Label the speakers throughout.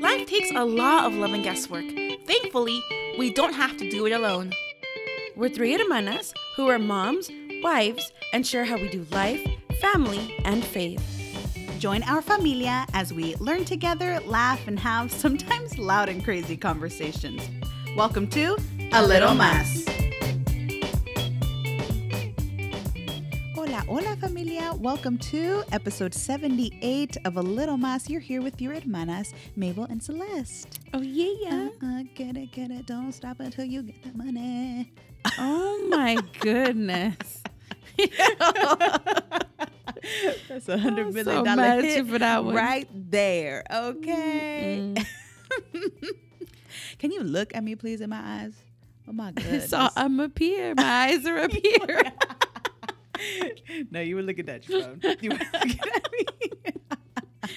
Speaker 1: Life takes a lot of love and guesswork. Thankfully, we don't have to do it alone.
Speaker 2: We're three hermanas who are moms, wives, and share how we do life, family, and faith.
Speaker 3: Join our familia as we learn together, laugh, and have sometimes loud and crazy conversations. Welcome to A Little Mas. Hola, hola, familia. Welcome to episode 78 of A Little Mas. You're here with your hermanas, Mabel and Celeste.
Speaker 2: Oh, yeah, yeah.
Speaker 3: Uh-uh, get it, get it. Don't stop until you get the money.
Speaker 2: Oh, my goodness.
Speaker 3: That's a hundred
Speaker 2: so
Speaker 3: million dollar
Speaker 2: mad at
Speaker 3: hit
Speaker 2: you for that one.
Speaker 3: right there. Okay.
Speaker 2: Mm-hmm.
Speaker 3: Can you look at me, please, in my eyes? Oh my goodness.
Speaker 2: so I'm up here. My eyes are up here.
Speaker 3: no, you were looking at your phone. You were looking at me.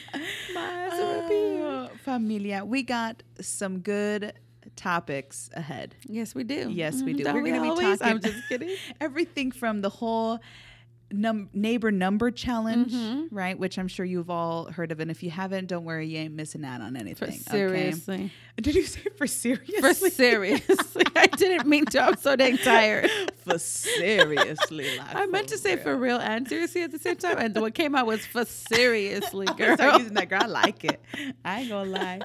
Speaker 2: My eyes are up here.
Speaker 3: Oh, familia, we got some good topics ahead.
Speaker 2: Yes, we do.
Speaker 3: Yes, we
Speaker 2: Mhm,
Speaker 3: do.
Speaker 2: Don't
Speaker 3: We're
Speaker 2: we
Speaker 3: going to be
Speaker 2: always?
Speaker 3: talking.
Speaker 2: I'm just kidding.
Speaker 3: Everything from the whole num- neighbor number challenge,
Speaker 2: Mhm.
Speaker 3: right? Which I'm sure you've all heard of, and if you haven't, don't worry, you ain't missing out on
Speaker 2: For
Speaker 3: anything.
Speaker 2: seriously.
Speaker 3: Okay? Did you say for seriously?
Speaker 2: For seriously. I didn't mean to. I'm so dang tired.
Speaker 3: for seriously, like,
Speaker 2: I meant to say for real and seriously at the same time, and what came out was for seriously,
Speaker 3: I'm
Speaker 2: girl.
Speaker 3: gonna start using that girl. I like it. I ain't gonna lie.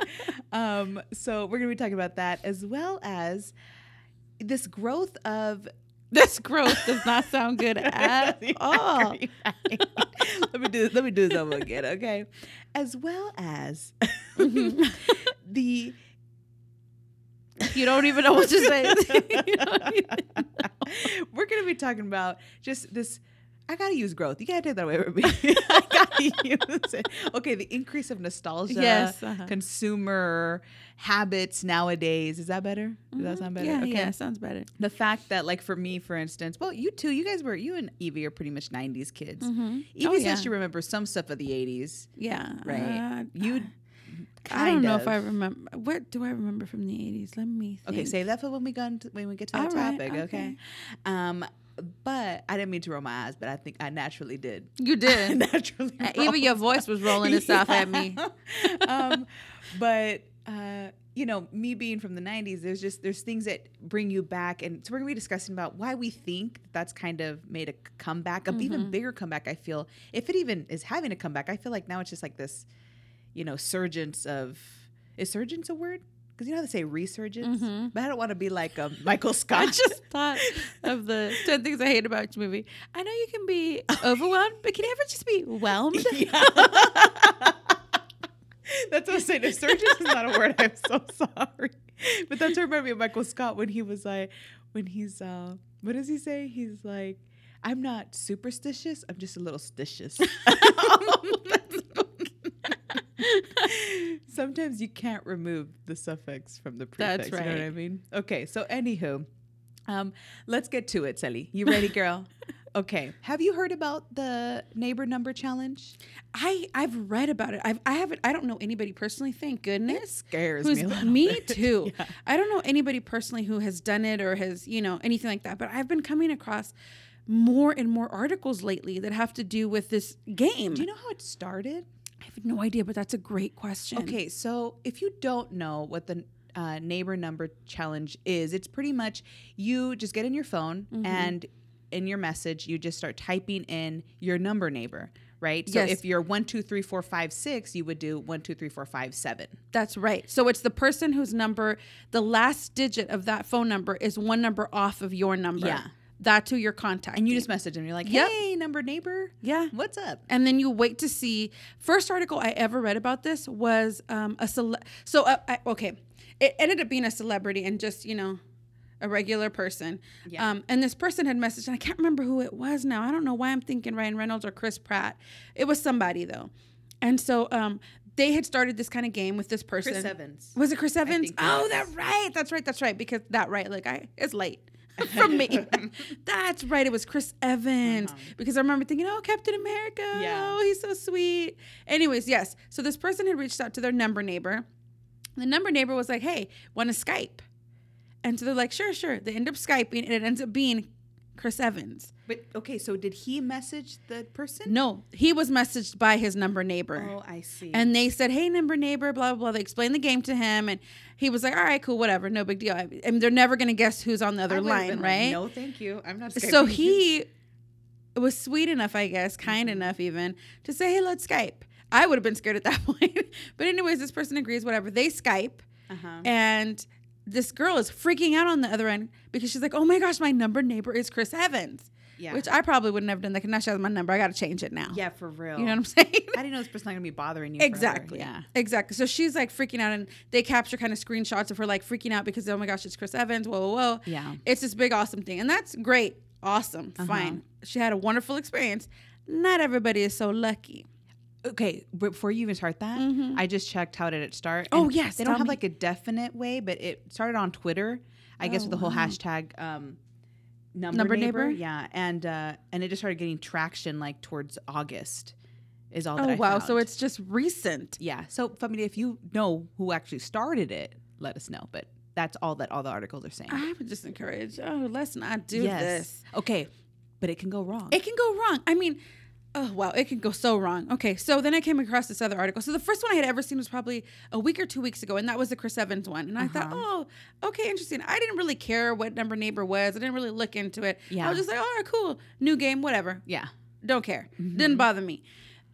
Speaker 3: Um, so we're gonna be talking about that as well as this growth of
Speaker 2: This growth does not sound good at
Speaker 3: You're
Speaker 2: all.
Speaker 3: right. let me do this. Let me do this over again, okay? As well as
Speaker 2: Mm-hmm.
Speaker 3: the
Speaker 2: You don't even know what to say. You don't even-
Speaker 3: We're gonna be talking about just this. I gotta use growth. You gotta take that away from me. I gotta use it. Okay, the increase of nostalgia.
Speaker 2: yes. uh-huh.
Speaker 3: Consumer habits nowadays. Is that better? Does that sound better?
Speaker 2: Mm-hmm. Yeah,
Speaker 3: okay.
Speaker 2: yeah, sounds better.
Speaker 3: The fact that, like, for me, for instance, well, you two, you guys were, you and Evie are pretty much 90s kids. Evie
Speaker 2: Oh,
Speaker 3: says
Speaker 2: yeah.
Speaker 3: she remembers some stuff of the 80s.
Speaker 2: Yeah.
Speaker 3: Right.
Speaker 2: uh,
Speaker 3: You
Speaker 2: I
Speaker 3: kind
Speaker 2: don't know if I
Speaker 3: of.
Speaker 2: remember. What do I remember from the 80s? Let me think.
Speaker 3: Okay, save that for when we go into, when we get to that
Speaker 2: All right,
Speaker 3: topic. okay. Um, but I didn't mean to roll my eyes, but I think I naturally did.
Speaker 2: You
Speaker 3: I
Speaker 2: did.
Speaker 3: naturally.
Speaker 2: Uh,
Speaker 3: rolled
Speaker 2: even your voice was rolling itself at me.
Speaker 3: Yeah. um, but uh, you know, me being from the '90s, there's just there's things that bring you back, and so we're gonna be discussing about why we think that's kind of made a comeback, an even bigger comeback. I feel if it even is having a comeback, I feel like now it's just like this, you know, surgence of is surgence a word? Because you know how they say resurgence, but I don't want to be like um, Michael
Speaker 2: I
Speaker 3: Scott.
Speaker 2: just thought of the 10 things I hate about you movie. I know you can be overwhelmed, but can you ever just be whelmed?
Speaker 3: That's what I'm saying. Insurgents is not a word. I'm so sorry. But that's reminded me of Michael Scott when he was like, when he's, uh, what does he say? He's like, I'm not superstitious. I'm just a little stitious. Sometimes you can't remove the suffix from the prefix.
Speaker 2: That's
Speaker 3: You know what
Speaker 2: right.
Speaker 3: I mean? Okay. So, anywho, um, let's get to it, Sally. You ready, girl? okay. Have you heard about the neighbor number challenge?
Speaker 2: I I've read about it. I've I haven't I don't know anybody personally, thank goodness.
Speaker 3: scares
Speaker 2: Who's
Speaker 3: me. a little
Speaker 2: me
Speaker 3: bit.
Speaker 2: too.
Speaker 3: Yeah.
Speaker 2: I don't know anybody personally who has done it or has, you know, anything like that, but I've been coming across more and more articles lately that have to do with this game.
Speaker 3: Do you know how it started?
Speaker 2: I have no idea, but that's a great question.
Speaker 3: Okay, so if you don't know what the uh, neighbor number challenge is, it's pretty much you just get in your phone
Speaker 2: Mm-hmm.
Speaker 3: and in your message you just start typing in your number neighbor, right? So
Speaker 2: Yes.
Speaker 3: if you're one two three four five six, you would do one two three four five seven.
Speaker 2: That's right. So it's the person whose number, the last digit of that phone number is one number off of your number.
Speaker 3: Yeah.
Speaker 2: That's who you're contacting.
Speaker 3: And you just message them. You're like,
Speaker 2: Yep.
Speaker 3: hey, number neighbor,
Speaker 2: yeah.
Speaker 3: what's up?
Speaker 2: And then you wait to see. First article I ever read about this was um, a cele- so uh, I, okay, it ended up being a celebrity and just you know a regular person.
Speaker 3: Yeah.
Speaker 2: Um, and this person had messaged, and I can't remember who it was now. I don't know why I'm thinking Ryan Reynolds or Chris Pratt. It was somebody though, and so um, they had started this kind of game with this person.
Speaker 3: Chris Evans.
Speaker 2: Was it Chris Evans?
Speaker 3: think
Speaker 2: Oh,
Speaker 3: yes.
Speaker 2: that right. That's right. That's right. Because that right. Like I, it's late from me. that's right. It was Chris Evans. Because I remember thinking, oh, Captain America.
Speaker 3: Uh-huh. Yeah.
Speaker 2: Oh, he's so sweet. Anyways, yes. So this person had reached out to their number neighbor. The number neighbor was like, hey, want to Skype? And so they're like, sure, sure. They end up Skyping, and it ends up being Chris Evans.
Speaker 3: But okay, so did he message the person?
Speaker 2: No, he was messaged by his number neighbor.
Speaker 3: Oh, I see.
Speaker 2: And they said, "Hey, number neighbor, blah blah blah." They explained the game to him, and he was like, "All right, cool, whatever, no big deal." I, I mean, they're never gonna guess who's on the
Speaker 3: I
Speaker 2: other
Speaker 3: would've
Speaker 2: line,
Speaker 3: been like,
Speaker 2: right?
Speaker 3: no, thank you. I'm not. Skyping
Speaker 2: so
Speaker 3: you."
Speaker 2: he was sweet enough, I guess, kind
Speaker 3: Mm-hmm.
Speaker 2: enough even to say, "Hey, let's Skype." I would have been scared at that point, but anyways, this person agrees. Whatever, they Skype,
Speaker 3: Uh-huh.
Speaker 2: and this girl is freaking out on the other end because she's like, "Oh my gosh, my number neighbor is Chris Evans,"
Speaker 3: Yeah.
Speaker 2: which I probably wouldn't have done. Like, now she has my number. I got to change it now.
Speaker 3: yeah, for real.
Speaker 2: you know what I'm saying?
Speaker 3: I didn't know this person's not gonna be bothering you. forever.
Speaker 2: Exactly.
Speaker 3: Yeah.
Speaker 2: Exactly. So she's like freaking out, and they capture kind of screenshots of her like freaking out because oh my gosh, it's Chris Evans. Whoa, whoa, whoa.
Speaker 3: Yeah. Uh-huh.
Speaker 2: It's this big awesome thing, and that's great, awesome, fine. She had a wonderful experience. Not everybody is so lucky.
Speaker 3: Okay, before you even start that, I just checked how did it start.
Speaker 2: Oh,
Speaker 3: and
Speaker 2: yes,
Speaker 3: they don't
Speaker 2: tell
Speaker 3: have
Speaker 2: me.
Speaker 3: like a definite way, but it started on Twitter, I guess, with the whole hashtag um, Oh, number,
Speaker 2: Number
Speaker 3: neighbor.
Speaker 2: neighbor?
Speaker 3: yeah, and uh, and it just started getting traction like towards August, is all.
Speaker 2: Oh
Speaker 3: that I
Speaker 2: wow, so
Speaker 3: found.
Speaker 2: it's just recent.
Speaker 3: yeah. So I mean, if you know who actually started it, let us know. But that's all that all the articles are saying.
Speaker 2: I would just encourage. Oh, let's not do this.
Speaker 3: Okay, but it can go wrong.
Speaker 2: It can go wrong. I mean, oh wow, it can go so wrong. Okay, so then I came across this other article. So the first one I had ever seen was probably a week or two weeks ago, and that was the Chris Evans one. And I thought,
Speaker 3: Uh-huh.
Speaker 2: oh, okay, interesting. I didn't really care what number neighbor was. I didn't really look into it. I
Speaker 3: Yeah.
Speaker 2: was just like, all right, cool, new game, whatever.
Speaker 3: yeah.
Speaker 2: Don't care.
Speaker 3: Mm-hmm.
Speaker 2: Didn't bother me.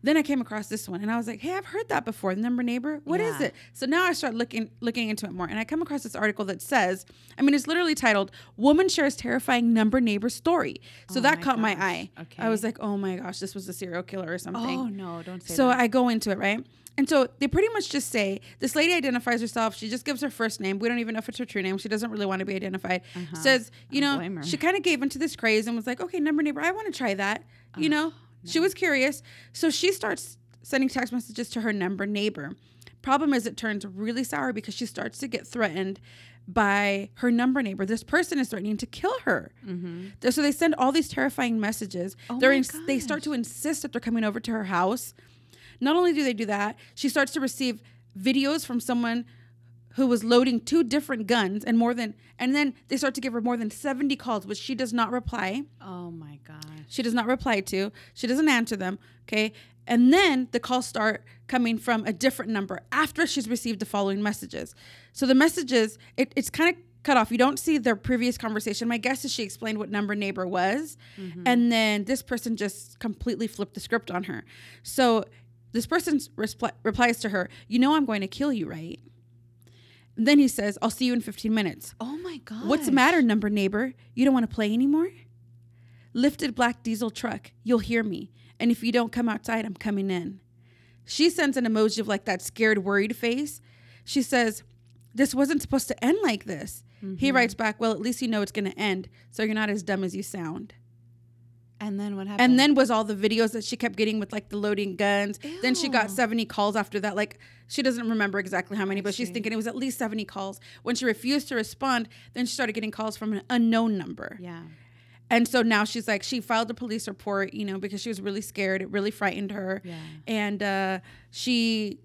Speaker 2: Then I came across this one and I was like, "Hey, I've heard that before. Number neighbor, What is
Speaker 3: Yeah.
Speaker 2: it?" So now I start looking looking into it more, and I come across this article that says, I mean, it's literally titled "Woman Shares Terrifying Number Neighbor Story." So
Speaker 3: Oh
Speaker 2: that
Speaker 3: my
Speaker 2: caught my
Speaker 3: gosh.
Speaker 2: eye. I
Speaker 3: Okay.
Speaker 2: was like, "Oh my gosh, this was a serial killer or something."
Speaker 3: Oh no, don't say
Speaker 2: So
Speaker 3: that.
Speaker 2: I go into it, right? And so they pretty much just say this lady identifies herself. She just gives her first name. We don't even know if it's her true name. She doesn't really want to be identified. Says, you
Speaker 3: Don't Uh-huh. blame
Speaker 2: know,
Speaker 3: her.
Speaker 2: she kind of gave into this craze and was like, okay, number neighbor, I want to try that. You know, she was curious. So she starts sending text messages to her number neighbor. Problem is, it turns really sour because she starts to get threatened by her number neighbor. This person is threatening to kill her. Th- So they send all these terrifying messages. they're
Speaker 3: Mm-hmm. Oh my
Speaker 2: ins- they start to insist that they're coming over to her house. Not only do they do that, she starts to receive videos from someone who was loading two different guns and more than and then they start to give her more than 70 calls which she does not reply.
Speaker 3: oh my gosh.
Speaker 2: She does not reply to. She doesn't answer them. Okay. And then the calls start coming from a different number after she's received the following messages. So the messages, it, it's kind of cut off. You don't see their previous conversation. My guess is she explained what number neighbor was. And then this person just completely flipped the script on her. So this person respl- replies to her, You know, I'm going to kill you, right? And then he says, I'll see you in 15 minutes.
Speaker 3: Oh my god.
Speaker 2: What's the matter, number neighbor? You don't want to play anymore? Lifted black diesel truck. You'll hear me. And if you don't come outside, I'm coming in. She sends an emoji of like that scared, worried face. She says, This wasn't supposed to end like this. He writes back, Well, at least you know it's going to end. So you're not as dumb as you sound.
Speaker 3: And then what happened?
Speaker 2: And then was all the videos that she kept getting with like the loading guns. Then she got 70 calls after that. Like she doesn't remember exactly how many, but she's thinking it was at least 70 calls. When she refused to respond, then she started getting calls from an unknown number.
Speaker 3: Yeah.
Speaker 2: And so now she's like, she filed a police report, you know, because she was really scared. It really frightened her.
Speaker 3: Yeah.
Speaker 2: And uh, she,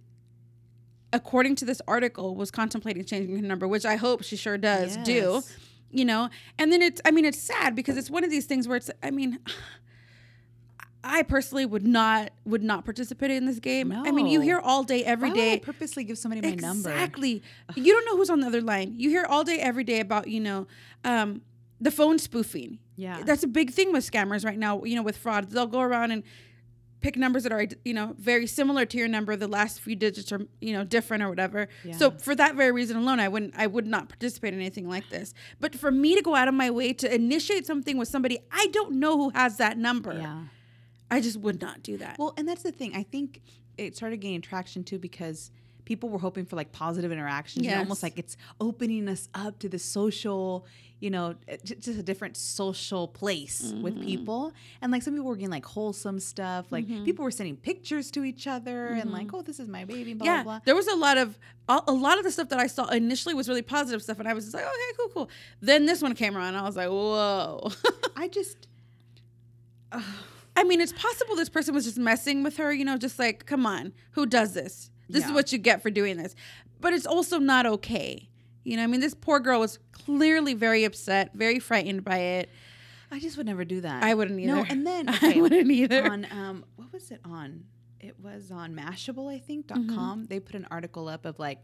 Speaker 2: according to this article, was contemplating changing her number, which I hope she sure does do,
Speaker 3: Yes.
Speaker 2: you know. And then it's, I mean, it's sad because it's one of these things where it's, I mean, I personally would not would not participate in this game. I mean, you
Speaker 3: No.
Speaker 2: hear all day, every
Speaker 3: Why
Speaker 2: day.
Speaker 3: would I purposely give somebody my number.
Speaker 2: Exactly. You don't know who's on the other line. You hear all day, every day about, you know, um, the phone spoofing.
Speaker 3: Yeah.
Speaker 2: That's a big thing with scammers right now, you know, with fraud. They'll go around and pick numbers that are, you know, very similar to your number. The last few digits are, you know, different or whatever. So
Speaker 3: Yeah.
Speaker 2: for that very reason alone, I wouldn't, I would not participate in anything like this. But for me to go out of my way to initiate something with somebody I don't know who has that number,
Speaker 3: Yeah.
Speaker 2: I just would not do that.
Speaker 3: Well, and that's the thing. I think it started gaining traction too because people were hoping for like positive interactions. you know,
Speaker 2: Yes.
Speaker 3: almost like it's opening us up to the social, you know, eh, j- just a different social place
Speaker 2: Mm-hmm.
Speaker 3: with people. And like some people were getting like wholesome stuff. Like
Speaker 2: Mm-hmm.
Speaker 3: people were sending pictures to each other and like, oh, this is my baby, blah,
Speaker 2: yeah,
Speaker 3: blah, blah.
Speaker 2: there was a lot of a a lot of the stuff that I saw initially was really positive stuff, and I was just like, okay, cool, cool. Then this one came around, and I was like, whoa.
Speaker 3: I just,
Speaker 2: I mean, it's possible this person was just messing with her, you know, just like, come on, who does this? This is
Speaker 3: Yeah.
Speaker 2: what you get for doing this. But it's also not okay. You know, I mean, this poor girl was clearly very upset, very frightened by it.
Speaker 3: I just would never do that.
Speaker 2: I wouldn't either.
Speaker 3: No, and then
Speaker 2: I
Speaker 3: okay,
Speaker 2: wouldn't either.
Speaker 3: on um what was it on it was on mashable i think dot com they put an article up of like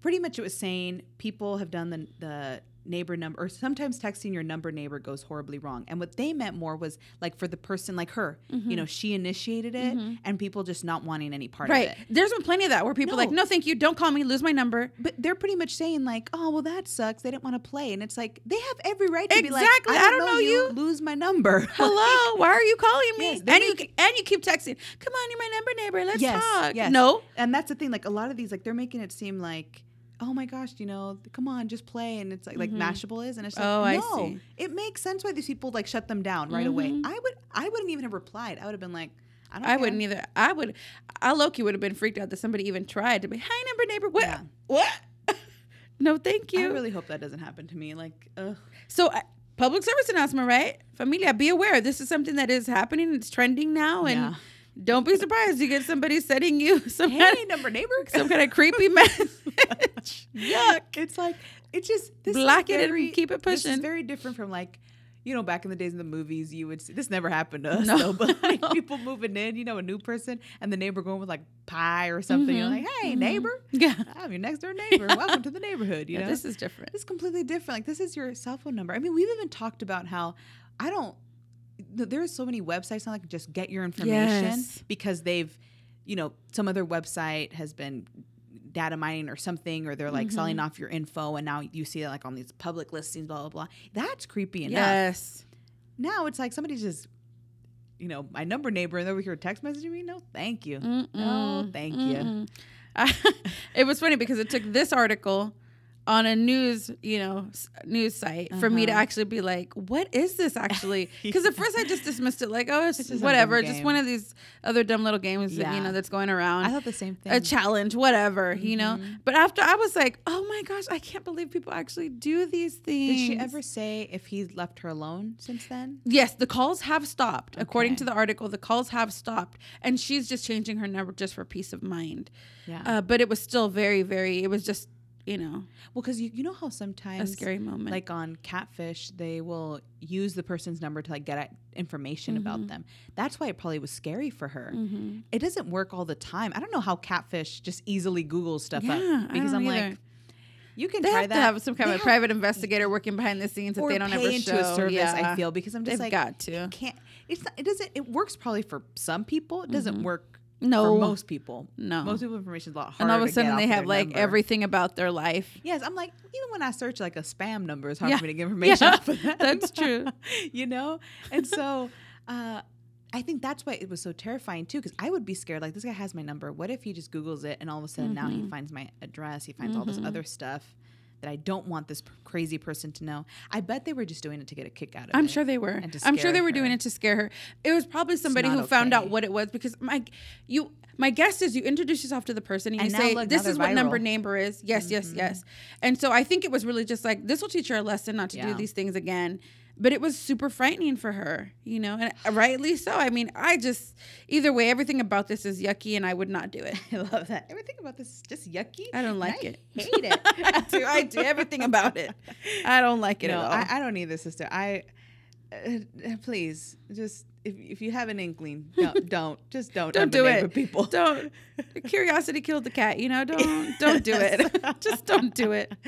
Speaker 3: pretty much it was saying people have done the the neighbor number or sometimes texting your number neighbor goes horribly wrong and what they meant more was like for the person like her you know she initiated it and people just not wanting any part of
Speaker 2: right.
Speaker 3: it
Speaker 2: There's been plenty of that where people
Speaker 3: No.
Speaker 2: like, no, thank you. Don't call me. Lose my number.
Speaker 3: but they're pretty much saying like, "Oh, well, that sucks. They didn't want to play," and it's like they have every right to be like,
Speaker 2: Exactly.
Speaker 3: "I don't, know, you. Lose my number."
Speaker 2: Hello, why are you calling me?
Speaker 3: Yes, they
Speaker 2: and you and you keep texting. Come on, you're my number neighbor. Let's talk. No,
Speaker 3: And that's the thing. Like a lot of these, like they're making it seem like, oh my gosh, you know, come on, just play. And it's like like Mashable is, and it's like,
Speaker 2: Mm-hmm. Oh, I
Speaker 3: no,
Speaker 2: see. Mm-hmm.
Speaker 3: it makes sense why these people like shut them down right away. I would, I wouldn't even have replied. I would have been like, I don't.
Speaker 2: I
Speaker 3: care.
Speaker 2: wouldn't either. I would. I Loki would have been freaked out that somebody even tried to be. Hi, number neighbor. What?
Speaker 3: Yeah.
Speaker 2: What? no, thank
Speaker 3: I
Speaker 2: you.
Speaker 3: really hope that doesn't happen to me. Like, ugh.
Speaker 2: So, uh, public service announcement, right? Familia, be aware. This is something that is happening. It's trending now, and
Speaker 3: Yeah.
Speaker 2: don't be surprised you get somebody sending you some kind
Speaker 3: hey,
Speaker 2: of,
Speaker 3: number neighbor.
Speaker 2: some kind of creepy message. Yuck.
Speaker 3: It's like it's just this is
Speaker 2: Block it and
Speaker 3: very-
Speaker 2: keep it
Speaker 3: This is
Speaker 2: pushing.
Speaker 3: very different from like. You know, back in the days in the movies, you would see this never happened to us
Speaker 2: No.
Speaker 3: though, but like people moving in, you know, a new person and the neighbor going with like pie or something. You're
Speaker 2: Mm-hmm.
Speaker 3: like, hey, neighbor,
Speaker 2: Yeah.
Speaker 3: I'm your next door neighbor. Welcome to the neighborhood. You
Speaker 2: Yeah,
Speaker 3: know,
Speaker 2: this is different.
Speaker 3: this is completely different. Like this is your cell phone number. I mean, we've even talked about how I don't. th- There are so many websites now that can just get your information
Speaker 2: Yes.
Speaker 3: because they've, you know, some other website has been data mining or something, or they're like selling
Speaker 2: Mm-hmm.
Speaker 3: off your info, and now you see it like on these public listings, blah blah blah. That's creepy enough.
Speaker 2: Yes.
Speaker 3: Now it's like somebody's just, you know, my number neighbor, and they're over here text messaging me. No, thank you.
Speaker 2: Mm.
Speaker 3: No, Oh, thank you.
Speaker 2: Mm-mm. it was funny because it took this article on a news, you know, s- news site for me
Speaker 3: Uh-huh.
Speaker 2: to actually be like, "What is this actually?" Because at first I just dismissed it, like, "Oh, it's,
Speaker 3: just a
Speaker 2: whatever,
Speaker 3: dumb
Speaker 2: just
Speaker 3: game."
Speaker 2: one of these other dumb little games that you
Speaker 3: Yeah.
Speaker 2: know that's going around."
Speaker 3: I thought the same Mm-hmm. thing.
Speaker 2: a challenge, whatever, you know. But after I was like, "Oh my gosh, I can't believe people actually do these things."
Speaker 3: Did she ever say if he left her alone since then?
Speaker 2: Yes, the calls have stopped. According
Speaker 3: Okay.
Speaker 2: to the article, the calls have stopped, and she's just changing her number just for peace of mind.
Speaker 3: Yeah.
Speaker 2: Uh, but it was still very, very. It was just, you know,
Speaker 3: well, because you, you know how
Speaker 2: a
Speaker 3: sometimes
Speaker 2: scary moment.
Speaker 3: like on catfish they will use the person's number to like get at information
Speaker 2: Mm-hmm.
Speaker 3: about them. That's why it probably was scary for her.
Speaker 2: Mm.
Speaker 3: It doesn't work all the time. I don't know how catfish just easily Googles stuff
Speaker 2: yeah, I
Speaker 3: up because
Speaker 2: don't
Speaker 3: I'm
Speaker 2: either.
Speaker 3: like, you can
Speaker 2: they
Speaker 3: try
Speaker 2: have
Speaker 3: that.
Speaker 2: to have some kind
Speaker 3: They
Speaker 2: of
Speaker 3: have-
Speaker 2: private investigator working behind the scenes that
Speaker 3: or
Speaker 2: they don't
Speaker 3: pay
Speaker 2: ever
Speaker 3: into
Speaker 2: show.
Speaker 3: a service.
Speaker 2: yeah.
Speaker 3: I feel because I'm just
Speaker 2: they've
Speaker 3: like
Speaker 2: got to.
Speaker 3: it can't. It's not. It doesn't. It works probably for some people. It doesn't work.
Speaker 2: No.
Speaker 3: for most people.
Speaker 2: Mm-hmm. Oh. No.
Speaker 3: most people information is a lot harder.
Speaker 2: And all of a
Speaker 3: to get
Speaker 2: sudden,
Speaker 3: off
Speaker 2: they
Speaker 3: their
Speaker 2: have like
Speaker 3: number.
Speaker 2: everything about their life.
Speaker 3: Yes, I'm like even when I search like a spam number, it's hard
Speaker 2: Yeah.
Speaker 3: for me to get information.
Speaker 2: Yeah,
Speaker 3: off of them.
Speaker 2: that's true.
Speaker 3: you know, and so uh, I think that's why it was so terrifying too, because I would be scared. Like this guy has my number. What if he just Google's it, and all of a sudden now
Speaker 2: Mm-hmm.
Speaker 3: he finds my address, he finds all this other stuff that I don't want this p- crazy person to know. I bet they were just doing it to get a kick out of it.
Speaker 2: I'm sure they were.
Speaker 3: and to
Speaker 2: I'm sure
Speaker 3: scare
Speaker 2: they were doing
Speaker 3: her.
Speaker 2: it to scare her. It was probably somebody who
Speaker 3: not
Speaker 2: found out
Speaker 3: okay.
Speaker 2: what it was because my you my guess is you introduce yourself to the person and,
Speaker 3: And
Speaker 2: you
Speaker 3: now
Speaker 2: say
Speaker 3: look, now
Speaker 2: this
Speaker 3: they're
Speaker 2: is what number
Speaker 3: viral." Mm-hmm.
Speaker 2: neighbor is. Yes, yes, yes. And so I think it was really just like this will teach her a lesson not to do
Speaker 3: Yeah.
Speaker 2: these things again. But it was super frightening for her, you know, and uh, rightly so. I mean, I just either way, everything about this is yucky, and I would not do it.
Speaker 3: I love that. Everything about this is just yucky.
Speaker 2: I don't
Speaker 3: and
Speaker 2: like it.
Speaker 3: Hate it.
Speaker 2: I do. I do everything about it. I don't like it
Speaker 3: no,
Speaker 2: at all.
Speaker 3: I, I don't need this, sister. I uh, please just if, if you have an inkling, don't, don't just don't
Speaker 2: don't
Speaker 3: number
Speaker 2: do
Speaker 3: neighbor
Speaker 2: it
Speaker 3: people.
Speaker 2: don't curiosity killed the cat you know don't don't do it just don't do it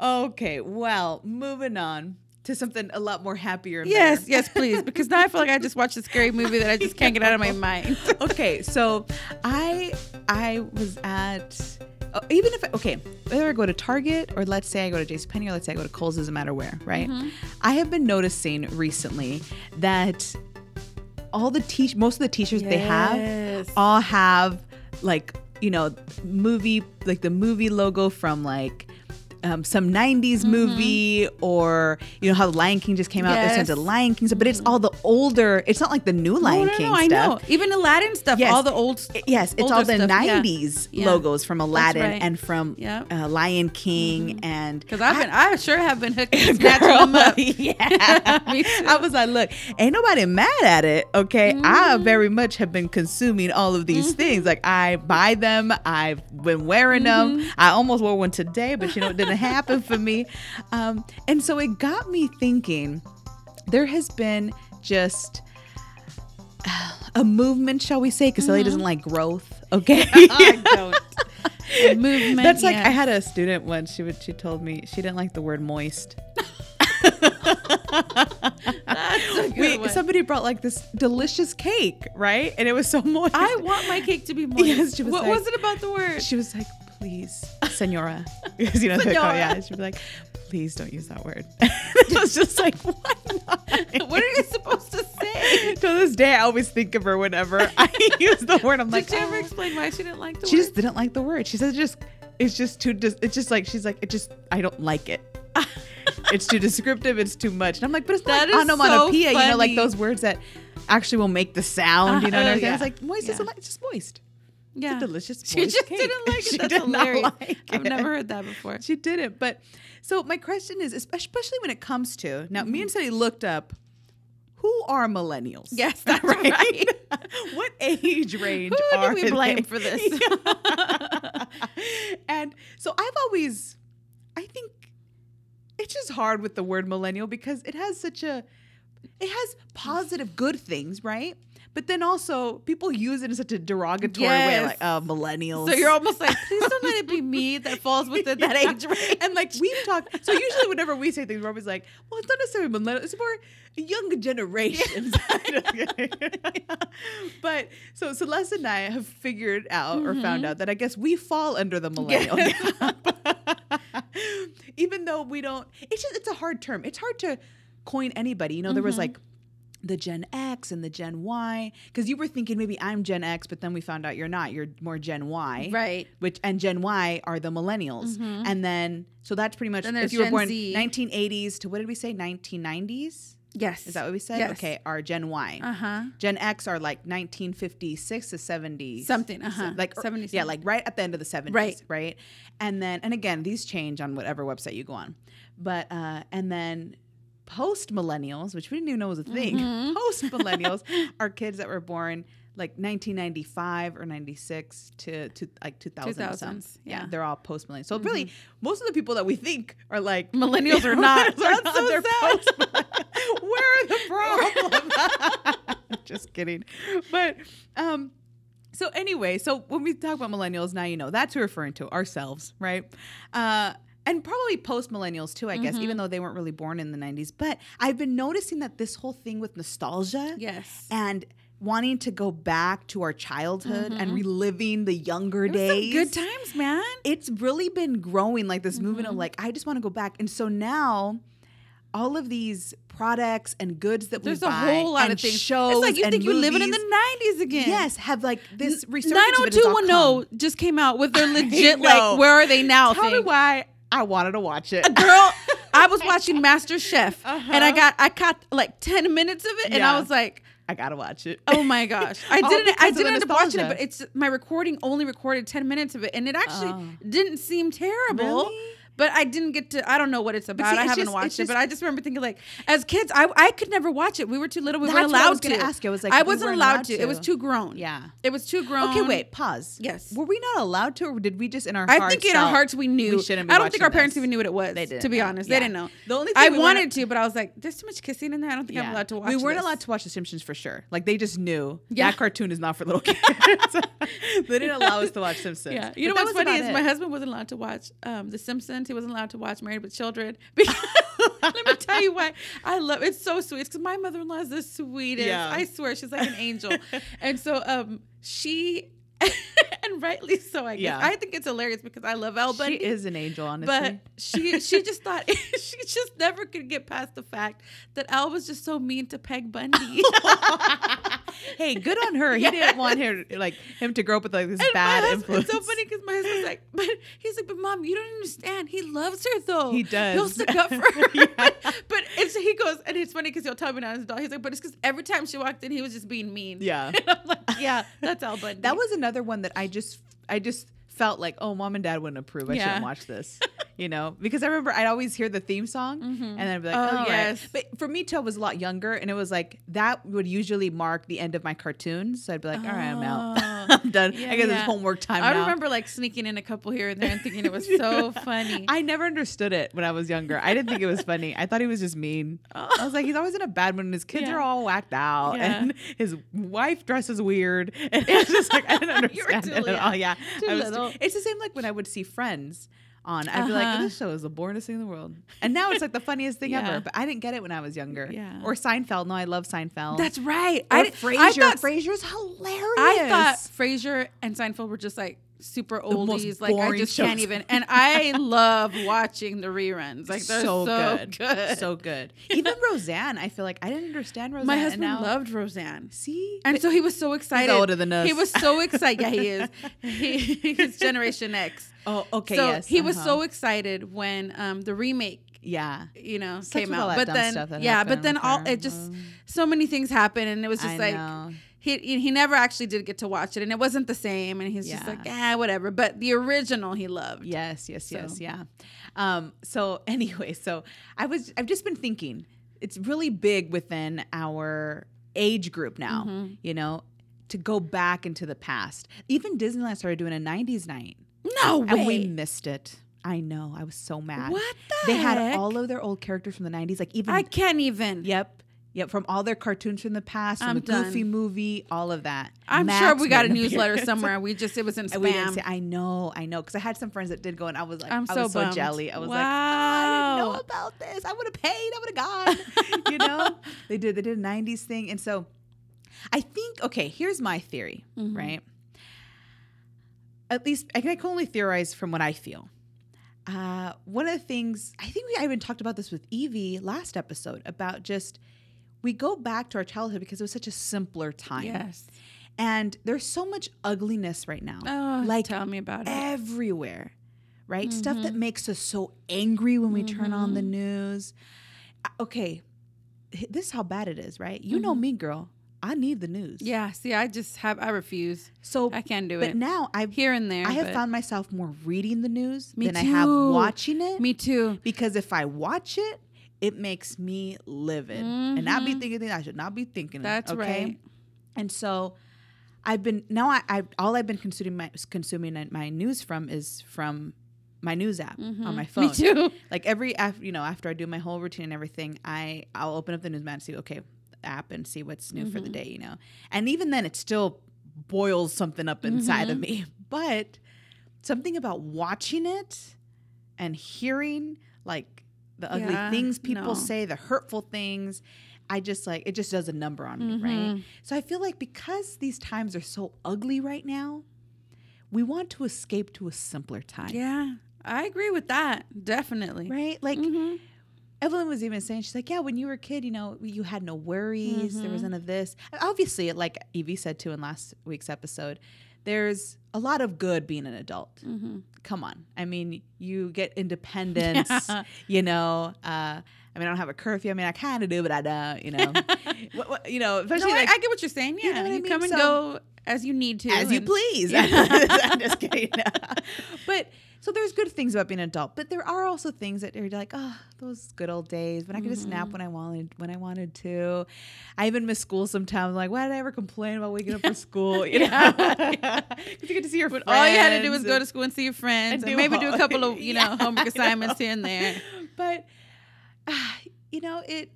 Speaker 3: Okay, well, moving on to something a lot more happier. And
Speaker 2: yes
Speaker 3: better.
Speaker 2: yes please because now i feel like i just watched a scary movie that i just can't get out of my mind
Speaker 3: okay, so I I was at oh, even if I, okay whether I go to Target or let's say I go to JCPenney or let's say I go to Kohl's doesn't matter where right
Speaker 2: Mm-hmm.
Speaker 3: I have been noticing recently that all the t most of the t-shirts they
Speaker 2: Yes.
Speaker 3: have all have like you know movie like the movie logo from like um, some 90s
Speaker 2: Mm-hmm.
Speaker 3: movie or you know how Lion King just came out they sent
Speaker 2: Yes. Mm-hmm.
Speaker 3: a Lion King but it's all the older it's not like the new Lion
Speaker 2: no, no,
Speaker 3: King
Speaker 2: no, i
Speaker 3: stuff
Speaker 2: know even aladdin stuff
Speaker 3: Yes.
Speaker 2: all the old
Speaker 3: I- Yes, it's
Speaker 2: older
Speaker 3: all the
Speaker 2: stuff, yeah.
Speaker 3: '90s
Speaker 2: Yeah.
Speaker 3: logos from Aladdin
Speaker 2: right.
Speaker 3: and from
Speaker 2: Yep.
Speaker 3: uh, Lion King, and
Speaker 2: because i've been i sure have been hooked and
Speaker 3: Girl,
Speaker 2: snatching them up
Speaker 3: yeah.
Speaker 2: Me too.
Speaker 3: I was like, look, ain't nobody mad at it. Okay. I
Speaker 2: Mm-hmm.
Speaker 3: very much have been consuming all of these things. Like I buy them. I've been wearing
Speaker 2: Mm-hmm.
Speaker 3: them. I almost wore one today, but you know, it didn't happen for me. Um, and so it got me thinking there has been just uh, a movement, shall we say, because
Speaker 2: Mm-hmm.
Speaker 3: Ellie doesn't like growth. Okay.
Speaker 2: don't. A movement.
Speaker 3: That's like I
Speaker 2: yes.
Speaker 3: had a student once. She would she told me she didn't like the word moist.
Speaker 2: a good
Speaker 3: we,
Speaker 2: one.
Speaker 3: somebody brought like this delicious cake, right? And it was so moist.
Speaker 2: I want my cake to be moist.
Speaker 3: Yes, she was
Speaker 2: what
Speaker 3: like-
Speaker 2: was it about the word?
Speaker 3: She was like, "Please, senora," because you know, they call-
Speaker 2: Senora.
Speaker 3: yeah. She'd be like, "Please don't use that word." it was just like, why not?
Speaker 2: what are you supposed to say?
Speaker 3: to this day, I always think of her whenever I use the word. I'm like,
Speaker 2: Did you ever
Speaker 3: "Oh."
Speaker 2: explain why she didn't like the
Speaker 3: she
Speaker 2: word?
Speaker 3: just didn't like the word. She said, "Just it's just too. Dis- it's just like she's like it just I don't like it. it's too descriptive. It's too much." And I'm like, "But it's not
Speaker 2: That
Speaker 3: like
Speaker 2: is so
Speaker 3: onomatopoeia. you know, like
Speaker 2: funny.
Speaker 3: those words that actually will make the sound. You know, and
Speaker 2: Uh-huh,
Speaker 3: everything. It's
Speaker 2: yeah.
Speaker 3: like moist
Speaker 2: Yeah.
Speaker 3: isn't like it's just moist.
Speaker 2: yeah.
Speaker 3: delicious
Speaker 2: She
Speaker 3: moist
Speaker 2: just
Speaker 3: cake.
Speaker 2: didn't like it.
Speaker 3: She
Speaker 2: That's
Speaker 3: did not
Speaker 2: hilarious.
Speaker 3: like
Speaker 2: I've
Speaker 3: it.
Speaker 2: never heard that before.
Speaker 3: She didn't. But so my question is, espe- especially when it comes to now, me
Speaker 2: Mm-hmm.
Speaker 3: and Sally looked up who are millennials.
Speaker 2: Yes, that's
Speaker 3: what age range?
Speaker 2: Who do
Speaker 3: are
Speaker 2: we
Speaker 3: they?
Speaker 2: blame for this?
Speaker 3: Yeah. and so I've always, I think it's just hard with the word millennial because it has such a, it has positive good things, right? But then also people use it in such a derogatory
Speaker 2: Yes.
Speaker 3: way, like uh, millennials.
Speaker 2: So you're almost like, please don't let it be me that falls within that
Speaker 3: Yeah.
Speaker 2: age range.
Speaker 3: And like we've talked, so usually whenever we say things, we're always like, well, it's not necessarily millennial, it's more younger generations. but so Celeste and I have figured out or found
Speaker 2: Mm-hmm.
Speaker 3: out that I guess we fall under the millennial gap. Even though we don't, it's just, it's a hard term. It's hard to coin anybody. You know, there
Speaker 2: Mm-hmm.
Speaker 3: was like, the Gen X and the Gen Y, because you were thinking maybe I'm Gen X, but then we found out you're not. You're more Gen Y,
Speaker 2: Right.
Speaker 3: which and Gen Y are the millennials, and then so that's pretty much
Speaker 2: Mm-hmm. Then
Speaker 3: if
Speaker 2: there's
Speaker 3: you were
Speaker 2: Gen
Speaker 3: born
Speaker 2: Z.
Speaker 3: 1980s to what did we say 1990s?
Speaker 2: Yes.
Speaker 3: Is that what we said?
Speaker 2: Yes.
Speaker 3: Okay, are Gen Y.
Speaker 2: Uh huh.
Speaker 3: Gen X are like 1956 to 70
Speaker 2: Something, uh-huh.
Speaker 3: like or-
Speaker 2: 70
Speaker 3: yeah,
Speaker 2: something.
Speaker 3: like right at the end of the 70s,
Speaker 2: Right.
Speaker 3: right? And then and again, these change on whatever website you go on. But uh and then post millennials, which we didn't even know was a thing.
Speaker 2: Mm-hmm.
Speaker 3: Post millennials are kids that were born like 1995 or 96 to, to like 2000 or something.
Speaker 2: 2000s, yeah. Mm-hmm.
Speaker 3: they're all post millennials. So really, most of the people that we think are like
Speaker 2: Millennials are not.
Speaker 3: Millennials are
Speaker 2: That's so
Speaker 3: They're
Speaker 2: sad.
Speaker 3: post- Where are the problem? Just kidding. But um so anyway, so when we talk about millennials, now you know that's who we're referring to ourselves, right? Uh and probably post millennials too, I guess,
Speaker 2: Mm-hmm.
Speaker 3: even though they weren't really born in the 90s. But I've been noticing that this whole thing with nostalgia
Speaker 2: Yes.
Speaker 3: and wanting to go back to our childhood
Speaker 2: Mm-hmm.
Speaker 3: and reliving the younger
Speaker 2: There were
Speaker 3: days
Speaker 2: some good times, man.
Speaker 3: it's really been growing like this movement of
Speaker 2: Mm-hmm.
Speaker 3: like I just want to go back, and so now all of these products and goods that
Speaker 2: There's
Speaker 3: we
Speaker 2: a
Speaker 3: buy
Speaker 2: whole lot
Speaker 3: and
Speaker 2: of things.
Speaker 3: shows.
Speaker 2: it's like you
Speaker 3: and
Speaker 2: think you're living in
Speaker 3: movies,
Speaker 2: the 90s again.
Speaker 3: yes have like this research. Tell
Speaker 2: 90210 just came out with their legit
Speaker 3: know.
Speaker 2: like where are they now
Speaker 3: me
Speaker 2: thing.
Speaker 3: why I wanted to watch it.
Speaker 2: Girl, I was watching Master Chef and I
Speaker 3: Uh-huh.
Speaker 2: got I caught like 10 minutes of it and I
Speaker 3: Yeah.
Speaker 2: was like
Speaker 3: I gotta watch it.
Speaker 2: Oh my gosh! I
Speaker 3: All
Speaker 2: didn't.
Speaker 3: because
Speaker 2: I
Speaker 3: of the
Speaker 2: didn't end up watching it,
Speaker 3: nostalgia.
Speaker 2: but it's my recording only recorded ten minutes of it, and it actually
Speaker 3: Oh.
Speaker 2: didn't seem terrible.
Speaker 3: Really?
Speaker 2: But I didn't get to. I don't know what it's about.
Speaker 3: see,
Speaker 2: I
Speaker 3: it's
Speaker 2: haven't
Speaker 3: just-
Speaker 2: watched
Speaker 3: it's
Speaker 2: it, but
Speaker 3: just-
Speaker 2: I just remember thinking, like, as kids, I I could never watch it. We were too little. We weren't
Speaker 3: That's what I
Speaker 2: allowed
Speaker 3: was gonna
Speaker 2: to.
Speaker 3: ask you. I was like,
Speaker 2: I
Speaker 3: we
Speaker 2: wasn't
Speaker 3: weren't
Speaker 2: allowed,
Speaker 3: allowed
Speaker 2: to.
Speaker 3: to.
Speaker 2: It was too grown.
Speaker 3: Yeah.
Speaker 2: it was too grown.
Speaker 3: Okay, wait, pause.
Speaker 2: Yes.
Speaker 3: were we not allowed to, or did we just in our?
Speaker 2: I
Speaker 3: hearts
Speaker 2: think in our
Speaker 3: felt
Speaker 2: hearts we knew.
Speaker 3: we shouldn't be
Speaker 2: I don't think
Speaker 3: watching
Speaker 2: our parents
Speaker 3: this?
Speaker 2: even knew what it was.
Speaker 3: They didn't
Speaker 2: to be
Speaker 3: know.
Speaker 2: honest,
Speaker 3: Yeah.
Speaker 2: they didn't know.
Speaker 3: The only
Speaker 2: I
Speaker 3: thing we weren't-
Speaker 2: wanted to, but I was like, "There's too much kissing in there. I don't think I'm
Speaker 3: Yeah.
Speaker 2: allowed to watch."
Speaker 3: We weren't
Speaker 2: this."
Speaker 3: allowed to watch The Simpsons for sure. Like they just knew
Speaker 2: Yeah.
Speaker 3: that cartoon is not for little kids. they didn't allow us to watch Simpsons.
Speaker 2: Yeah,
Speaker 3: But
Speaker 2: you
Speaker 3: that
Speaker 2: know what's
Speaker 3: was
Speaker 2: funny
Speaker 3: about
Speaker 2: is
Speaker 3: it.
Speaker 2: my husband wasn't allowed to watch um, The Simpsons. He wasn't allowed to watch Married with Children. Because, let me tell you why I love it's so sweet. Because my mother in law is the sweetest.
Speaker 3: Yeah.
Speaker 2: I swear she's like an angel. and so um, she, and rightly so, I guess.
Speaker 3: Yeah.
Speaker 2: I think it's hilarious because I love Elle
Speaker 3: She
Speaker 2: Bundy.
Speaker 3: is an angel, honestly.
Speaker 2: But she she just thought she just never could get past the fact that Al was just so mean to Peg Bundy.
Speaker 3: hey, good on her. He didn't want her like him to grow up with like this
Speaker 2: And my
Speaker 3: bad
Speaker 2: husband-
Speaker 3: influence.
Speaker 2: It's so funny because my husband's like, but he's like, but mom, you don't understand. He loves her though.
Speaker 3: He
Speaker 2: He'll
Speaker 3: does.
Speaker 2: stick up for her.
Speaker 3: Yeah.
Speaker 2: But it's he goes, and it's funny because he'll tell me now as an adult. He's like, but it's because every time she walked in, he was just being mean.
Speaker 3: Yeah.
Speaker 2: And I'm like, yeah, that's all. But
Speaker 3: That was another one that I just I just felt like, oh, mom and dad wouldn't approve. I
Speaker 2: Yeah.
Speaker 3: shouldn't watch this. You know, because I remember I'd always hear the theme song and I'd be like,
Speaker 2: Oh,
Speaker 3: oh,
Speaker 2: yes.
Speaker 3: But for me too, I was a lot younger and it was like that would usually mark the end of my cartoons. So I'd be like, all right, I'm out. I'm done.
Speaker 2: Yeah,
Speaker 3: I guess it's
Speaker 2: yeah.
Speaker 3: homework time.
Speaker 2: I
Speaker 3: now.
Speaker 2: remember like sneaking in a couple here and there and thinking it was so funny.
Speaker 3: I never understood it when I was younger. I didn't think it was funny. I thought he was just mean. I was like, he's always in a bad mood, and his kids
Speaker 2: Yeah.
Speaker 3: are all whacked out,
Speaker 2: Yeah.
Speaker 3: and his wife dresses weird. And it's just like I didn't
Speaker 2: You were
Speaker 3: understand
Speaker 2: too
Speaker 3: it
Speaker 2: little.
Speaker 3: at all. Yeah,
Speaker 2: Too
Speaker 3: I was
Speaker 2: little.
Speaker 3: it's the same like when I would see Friends on. I'd be like,
Speaker 2: Uh-huh.
Speaker 3: this show is the boringest thing in the world, and now it's like the funniest thing
Speaker 2: Yeah.
Speaker 3: ever. But I didn't get it when I was younger.
Speaker 2: Yeah.
Speaker 3: Or Seinfeld. No, I love Seinfeld.
Speaker 2: That's right.
Speaker 3: or
Speaker 2: I, di-
Speaker 3: Frasier.
Speaker 2: I thought
Speaker 3: Frasier's hilarious.
Speaker 2: I thought Frasier and Seinfeld were just like super
Speaker 3: most
Speaker 2: oldies. Like I
Speaker 3: boring
Speaker 2: just can't
Speaker 3: shows.
Speaker 2: even. And I love watching the reruns. Like they're so, good.
Speaker 3: so good. Even Roseanne, I feel like I didn't understand Roseanne.
Speaker 2: My
Speaker 3: and
Speaker 2: husband
Speaker 3: now-
Speaker 2: loved Roseanne.
Speaker 3: See,
Speaker 2: And so he was so excited.
Speaker 3: older than us.
Speaker 2: He was so excited. Yeah, he is. He, he's Generation X.
Speaker 3: oh, okay,
Speaker 2: so
Speaker 3: yes,
Speaker 2: he was
Speaker 3: uh-huh.
Speaker 2: so excited when um, the remake,
Speaker 3: yeah.
Speaker 2: you know,
Speaker 3: Such
Speaker 2: came
Speaker 3: was all that
Speaker 2: out. But
Speaker 3: dumb
Speaker 2: then,
Speaker 3: stuff that
Speaker 2: yeah, but
Speaker 3: happened
Speaker 2: then
Speaker 3: with
Speaker 2: all
Speaker 3: her.
Speaker 2: it just
Speaker 3: Oh.
Speaker 2: so many things happened, and it was
Speaker 3: I
Speaker 2: just like
Speaker 3: know.
Speaker 2: he he never actually did get to watch it, and it wasn't the same. And he's just
Speaker 3: Yeah.
Speaker 2: like, ah, whatever. But the original he loved.
Speaker 3: yes, yes, yes,
Speaker 2: So.
Speaker 3: yeah. Um, so anyway, so I was I've just been thinking it's really big within our age group now.
Speaker 2: Mm-hmm.
Speaker 3: You know. To go back into the past. Even Disneyland started doing a 90s night.
Speaker 2: No way.
Speaker 3: And we missed it. I know. I was so mad.
Speaker 2: What the
Speaker 3: They had
Speaker 2: heck?
Speaker 3: all of their old characters from the 90s, like even
Speaker 2: I can't even.
Speaker 3: Yep. Yep, from all their cartoons from the past, from
Speaker 2: I'm
Speaker 3: the Goofy
Speaker 2: done.
Speaker 3: movie, all of that.
Speaker 2: I'm
Speaker 3: Max
Speaker 2: sure we got a
Speaker 3: made an
Speaker 2: newsletter
Speaker 3: appearance.
Speaker 2: somewhere. and We just it was in
Speaker 3: And we didn't
Speaker 2: spam.
Speaker 3: say, I know, I know, because I had some friends that did go, and I was like,
Speaker 2: I'm
Speaker 3: I
Speaker 2: so
Speaker 3: was so
Speaker 2: bummed.
Speaker 3: jelly. I was like, "Ah, I didn't
Speaker 2: wow.
Speaker 3: know about this. I would have paid. I would have gone. you know, they did. They did a '90s thing, and so I think. Okay, here's my theory.
Speaker 2: Mhm.
Speaker 3: Right. At least I can I can only theorize from what I feel. Uh, one of the things I think we I even talked about this with Evie last episode about just we go back to our childhood because it was such a simpler time,
Speaker 2: Yes.
Speaker 3: and there's so much ugliness right now
Speaker 2: Oh,
Speaker 3: Like, eh.
Speaker 2: tell me about it. Mm-hmm.
Speaker 3: everywhere, right? Stuff that makes us so angry when we turn on the news. Uh, Okay, h- this is how bad it is, right? You know me, girl. I need the news.
Speaker 2: Mm-hmm. Yeah. See, I just have I refuse.
Speaker 3: So
Speaker 2: I can't do
Speaker 3: Oh, but
Speaker 2: it.
Speaker 3: now I've
Speaker 2: Here and there.
Speaker 3: I have
Speaker 2: but-
Speaker 3: found myself more reading the news
Speaker 2: Me
Speaker 3: than I have
Speaker 2: too.
Speaker 3: watching it.
Speaker 2: Me too.
Speaker 3: because if I watch it, it makes me livid, and I be thinking things I should not be thinking. of,
Speaker 2: Mm-hmm. That's
Speaker 3: okay?
Speaker 2: right.
Speaker 3: And so, I've been now. I, I all I've been consuming my consuming my news from is from my news app on my phone.
Speaker 2: Mm-hmm. Me too.
Speaker 3: Like every after you know after I do my whole routine and everything, I I'll open up the newsman and see okay app and see what's new
Speaker 2: Mm-hmm.
Speaker 3: for the day. You know, and even then, it still boils something up inside of
Speaker 2: Mm-hmm.
Speaker 3: me. But something about watching it and hearing like the ugly
Speaker 2: Yeah,
Speaker 3: things people
Speaker 2: no.
Speaker 3: say, the hurtful things. I just like it just does a number on me,
Speaker 2: Mm-hmm.
Speaker 3: right? So I feel like because these times are so ugly right now, we want to escape to a simpler time.
Speaker 2: Yeah. I agree with that. Definitely.
Speaker 3: Right? Like
Speaker 2: Mhm.
Speaker 3: Evelyn was even saying, she's like, yeah, when you were a kid, you know, you had no worries. There was none of this. Obviously, like Evie said too in last week's episode, there's a lot of good being an adult. Come on. I mean, you get independence,
Speaker 2: Yeah.
Speaker 3: you know. Uh, I mean, I don't have a curfew. I mean, I kind of do, but I don't, you know. what, what, you know,
Speaker 2: No,
Speaker 3: especially
Speaker 2: I,
Speaker 3: like,
Speaker 2: I get what you're saying. Yeah. You,
Speaker 3: know what I mean?
Speaker 2: come and
Speaker 3: So-
Speaker 2: go as you need to.
Speaker 3: as you
Speaker 2: and-
Speaker 3: please. I'm just kidding. but so there's good things about being an adult, but there are also things that you're like, oh, those good old days when I could just
Speaker 2: Mm-hmm.
Speaker 3: nap when I wanted when I wanted to. I even miss school sometimes. Like, why did I ever complain about waking up for school? You know, because you get to see your friends.
Speaker 2: All you had to do was go
Speaker 3: and-
Speaker 2: to school and see your friends, and,
Speaker 3: do
Speaker 2: maybe
Speaker 3: all-
Speaker 2: do a couple of you know
Speaker 3: Yeah,
Speaker 2: homework
Speaker 3: I know.
Speaker 2: assignments here and there.
Speaker 3: but ah, you know it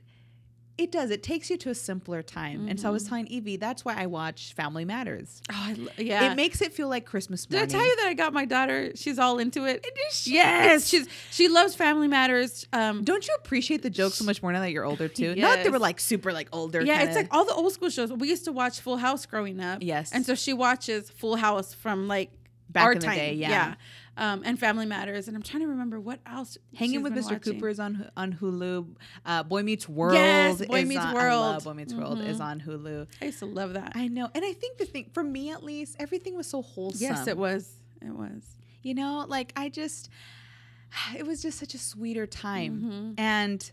Speaker 3: it does it takes you to a simpler time and so i
Speaker 2: Mm-hmm.
Speaker 3: was telling evie that's why i watch family matters
Speaker 2: Oh, I lo- yeah.
Speaker 3: it makes it feel like christmas
Speaker 2: Did I
Speaker 3: morning
Speaker 2: tell you that I got my daughter? She's all into it. Yes, she's she loves Family Matters. Um,
Speaker 3: Don't you appreciate the jokes so much more now that you're older too? Not
Speaker 2: Yes.
Speaker 3: they were like super like older.
Speaker 2: yeah, it's
Speaker 3: kinda-
Speaker 2: like all the old school shows. We used to watch Full House growing up.
Speaker 3: Yes.
Speaker 2: and so she watches Full House from like
Speaker 3: Back
Speaker 2: our
Speaker 3: in the
Speaker 2: time.
Speaker 3: day, yeah.
Speaker 2: Um, and Family Matters, and I'm trying to remember what else.
Speaker 3: Hanging
Speaker 2: she's
Speaker 3: with
Speaker 2: been
Speaker 3: Mr.
Speaker 2: watching.
Speaker 3: Cooper is on on Hulu. Uh, Boy Meets World.
Speaker 2: Yes, Boy
Speaker 3: is
Speaker 2: Meets
Speaker 3: on- I
Speaker 2: World.
Speaker 3: love Boy Meets World is on Hulu.
Speaker 2: I used to love that.
Speaker 3: I know, and I think the thing for me at least, everything was so wholesome.
Speaker 2: yes, it was. It was.
Speaker 3: You know, like I just, it was just such a sweeter time, and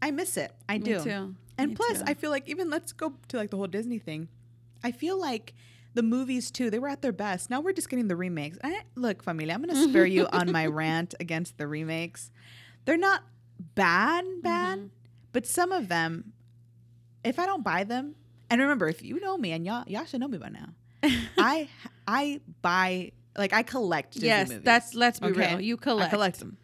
Speaker 3: I miss it. I
Speaker 2: Me
Speaker 3: do.
Speaker 2: too.
Speaker 3: And
Speaker 2: Me
Speaker 3: plus,
Speaker 2: too.
Speaker 3: I feel like even let's go to like the whole Disney thing. I feel like the movies too, they were at their best. Now we're just getting the remakes. I, look, familia, I'm going to spare you on my rant against the remakes. They're not bad,
Speaker 2: Mm-hmm.
Speaker 3: bad, but some of them, if I don't buy them, and remember, if you know me, and y'all, y'all should know me by now, I I buy like I collect Disney
Speaker 2: yes,
Speaker 3: movies.
Speaker 2: that's let's be
Speaker 3: okay?
Speaker 2: real. You
Speaker 3: I
Speaker 2: collect. Mm-hmm.
Speaker 3: collect them.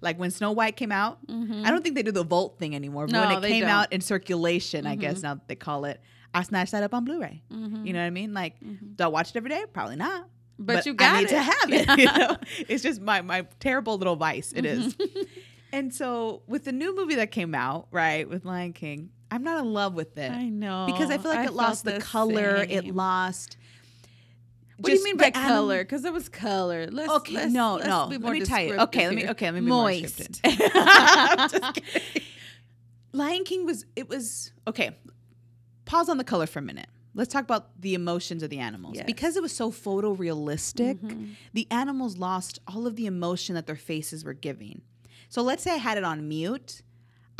Speaker 3: Like when Snow White came out, I don't think they do the vault thing anymore. But
Speaker 2: No,
Speaker 3: when it
Speaker 2: they
Speaker 3: came
Speaker 2: don't. Mm-hmm.
Speaker 3: out in circulation, I guess now they call it, I snatched that up on Blu-ray. You know what I mean? Like, do I watch it every day? Probably not.
Speaker 2: Mm-hmm. But you got
Speaker 3: I need
Speaker 2: it.
Speaker 3: to have it. you know? It's just my my terrible little vice. It is.
Speaker 2: Mm-hmm.
Speaker 3: and so with the new movie that came out, right, with Lion King, I'm not in love with it.
Speaker 2: I know.
Speaker 3: Because I feel like it
Speaker 2: felt
Speaker 3: lost the, color. It
Speaker 2: same.
Speaker 3: lost.
Speaker 2: What
Speaker 3: just
Speaker 2: do you mean
Speaker 3: the
Speaker 2: by
Speaker 3: anim-
Speaker 2: color? Because it was color. Let's,
Speaker 3: Okay,
Speaker 2: let's-
Speaker 3: no,
Speaker 2: let's
Speaker 3: no.
Speaker 2: Be
Speaker 3: Let
Speaker 2: more
Speaker 3: me tell you.
Speaker 2: descriptive
Speaker 3: Okay, let me-
Speaker 2: here.
Speaker 3: okay, let me be more
Speaker 2: moist.
Speaker 3: I'm just kidding. Lion King was it was okay. Pause on the color for a minute. Let's talk about the emotions of the animals.
Speaker 2: Yes. Mm-hmm.
Speaker 3: Because it was so photorealistic, the animals lost all of the emotion that their faces were giving. So let's say I had it on mute.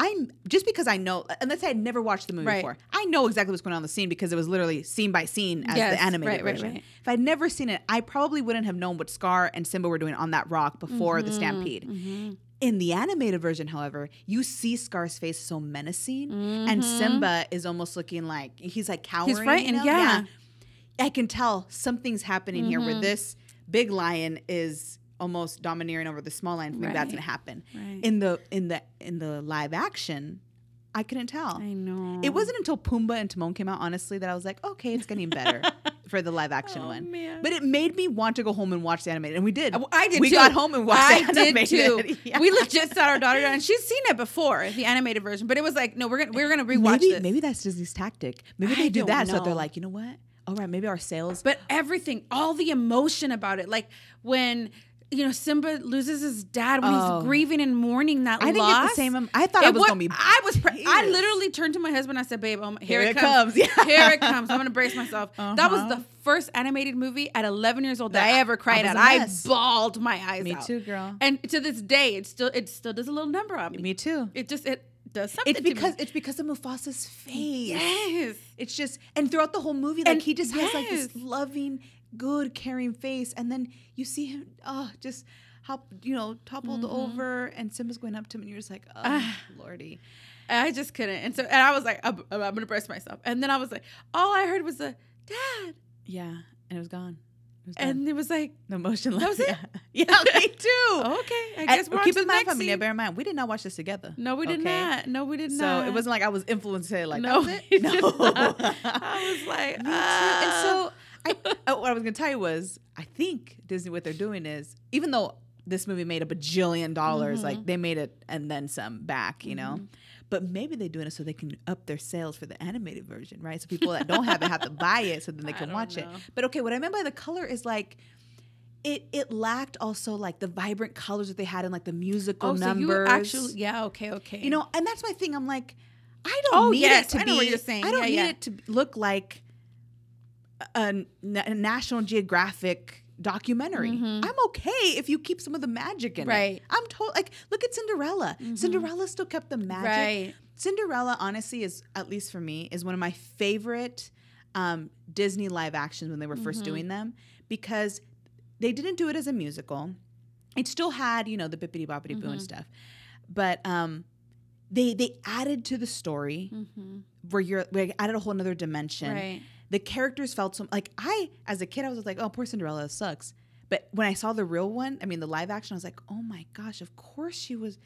Speaker 3: I'm just because I know, and let's say I'd never watched the movie
Speaker 2: Right.
Speaker 3: before. I know exactly what's going on in the scene because it was literally scene by scene as
Speaker 2: Yes,
Speaker 3: the animated
Speaker 2: right, right,
Speaker 3: version.
Speaker 2: right.
Speaker 3: If I'd never seen it, I probably wouldn't have known what Scar and Simba were doing on that rock before
Speaker 2: Mm-hmm,
Speaker 3: the stampede. In the animated version, however, you see Scar's face so menacing, and Simba is almost looking like he's like cowering. you
Speaker 2: Mm-hmm. frightened,
Speaker 3: know?
Speaker 2: yeah. Mm-hmm.
Speaker 3: I can tell something's happening here where this big lion is almost domineering over the small lion. I think that's
Speaker 2: Right.
Speaker 3: gonna happen.
Speaker 2: Right.
Speaker 3: In the in the in the live action, I couldn't tell.
Speaker 2: I know.
Speaker 3: It wasn't until Pumbaa and Timon came out, honestly, that I was like, okay, it's getting better for the live action
Speaker 2: Oh,
Speaker 3: one.
Speaker 2: man.
Speaker 3: But it made me want to go home and watch the animated, and we did.
Speaker 2: Well, I did
Speaker 3: We
Speaker 2: too.
Speaker 3: got home and watched
Speaker 2: I
Speaker 3: the
Speaker 2: did
Speaker 3: animated.
Speaker 2: too.
Speaker 3: Yeah.
Speaker 2: We legit sat our daughter down, and she's seen it before, the animated version. But it was like, no, we're gonna we're gonna rewatch
Speaker 3: maybe,
Speaker 2: this.
Speaker 3: Maybe that's Disney's tactic. Maybe
Speaker 2: I
Speaker 3: they do
Speaker 2: don't
Speaker 3: that, so
Speaker 2: know.
Speaker 3: they're like, you know what? All right, maybe our sales.
Speaker 2: But everything, all the emotion about it, like when you know Simba loses his dad when
Speaker 3: Oh.
Speaker 2: he's grieving and mourning that
Speaker 3: I didn't
Speaker 2: loss.
Speaker 3: get the same. em- I thought I was
Speaker 2: wa-
Speaker 3: gonna be.
Speaker 2: I was. Pre- I
Speaker 3: Yes.
Speaker 2: literally turned to my husband. I said, "Babe, oh my, here,
Speaker 3: Here
Speaker 2: it
Speaker 3: it
Speaker 2: comes.
Speaker 3: comes. Yeah.
Speaker 2: Here it comes. I'm gonna brace myself." That was
Speaker 3: Uh-huh.
Speaker 2: the first animated movie at 11 years old that,
Speaker 3: That-
Speaker 2: I ever cried
Speaker 3: I
Speaker 2: at.
Speaker 3: was a
Speaker 2: I
Speaker 3: mess.
Speaker 2: bawled my eyes
Speaker 3: Me
Speaker 2: out.
Speaker 3: too, girl.
Speaker 2: And to this day, it still it still does a little number on me.
Speaker 3: me too.
Speaker 2: It just it does something.
Speaker 3: It's because
Speaker 2: to me.
Speaker 3: it's because of Mufasa's face.
Speaker 2: yes.
Speaker 3: It's just and throughout the whole movie, like
Speaker 2: And-
Speaker 3: he just has like this
Speaker 2: yes.
Speaker 3: loving, good, caring face, and then you see him, oh, just hop, you know, toppled over, and Simba's going up to him, and you're just like, oh, lordy.
Speaker 2: I just couldn't. And so, and I was like, I'm, I'm gonna brace myself. And then I was like, all I heard was a dad,
Speaker 3: Yeah, and it was gone. It was done.
Speaker 2: and it was like,
Speaker 3: the motion
Speaker 2: that was it?
Speaker 3: Yeah, yeah me too.
Speaker 2: okay, I
Speaker 3: And
Speaker 2: guess we're
Speaker 3: keep
Speaker 2: on to
Speaker 3: in
Speaker 2: the
Speaker 3: mind,
Speaker 2: next
Speaker 3: family.
Speaker 2: scene.
Speaker 3: Bear in mind, we did not watch this together.
Speaker 2: No, we did
Speaker 3: okay?
Speaker 2: not. No, we did
Speaker 3: So
Speaker 2: not.
Speaker 3: it wasn't like I was influenced. Hey, like
Speaker 2: No,
Speaker 3: that was
Speaker 2: we
Speaker 3: it?
Speaker 2: did
Speaker 3: no.
Speaker 2: not. I was like,
Speaker 3: Me too. And so I, I- uh, what I was gonna tell you was, I think Disney, what they're doing is, even though this movie made a bajillion dollars, like they made it and then some back, you know. But maybe they're doing it so they can up their sales for the animated version, right? So people that don't have it have to buy it so then they
Speaker 2: I
Speaker 3: can
Speaker 2: don't
Speaker 3: watch
Speaker 2: know.
Speaker 3: it. But okay, what I meant by the color is like. It, it lacked also like the vibrant colors that they had in like the musical
Speaker 2: oh, so
Speaker 3: numbers.
Speaker 2: you actually, yeah, okay, okay.
Speaker 3: You know, and that's my thing. I'm like, I don't
Speaker 2: Oh,
Speaker 3: need
Speaker 2: yes,
Speaker 3: it to
Speaker 2: I
Speaker 3: be.
Speaker 2: know what you're saying.
Speaker 3: I don't
Speaker 2: Yeah,
Speaker 3: need
Speaker 2: yeah.
Speaker 3: it to look like a, a na- a National Geographic documentary. I'm okay if you keep some of the magic in
Speaker 2: Mm-hmm. Right. Mm-hmm.
Speaker 3: it. I'm told like look at Cinderella. Cinderella still kept the magic.
Speaker 2: Right.
Speaker 3: Cinderella honestly is at least for me is one of my favorite um, Disney live actions when they were 1st doing them because they didn't do it as a musical. It still had you know the bippity boppity boo and stuff, but um, they they added to the story where you're like added a whole nother dimension.
Speaker 2: Mm-hmm. Right.
Speaker 3: The characters felt so like I as a kid I was like oh poor Cinderella this sucks, but when I saw the real one I mean the live action I was like oh my gosh of course she was,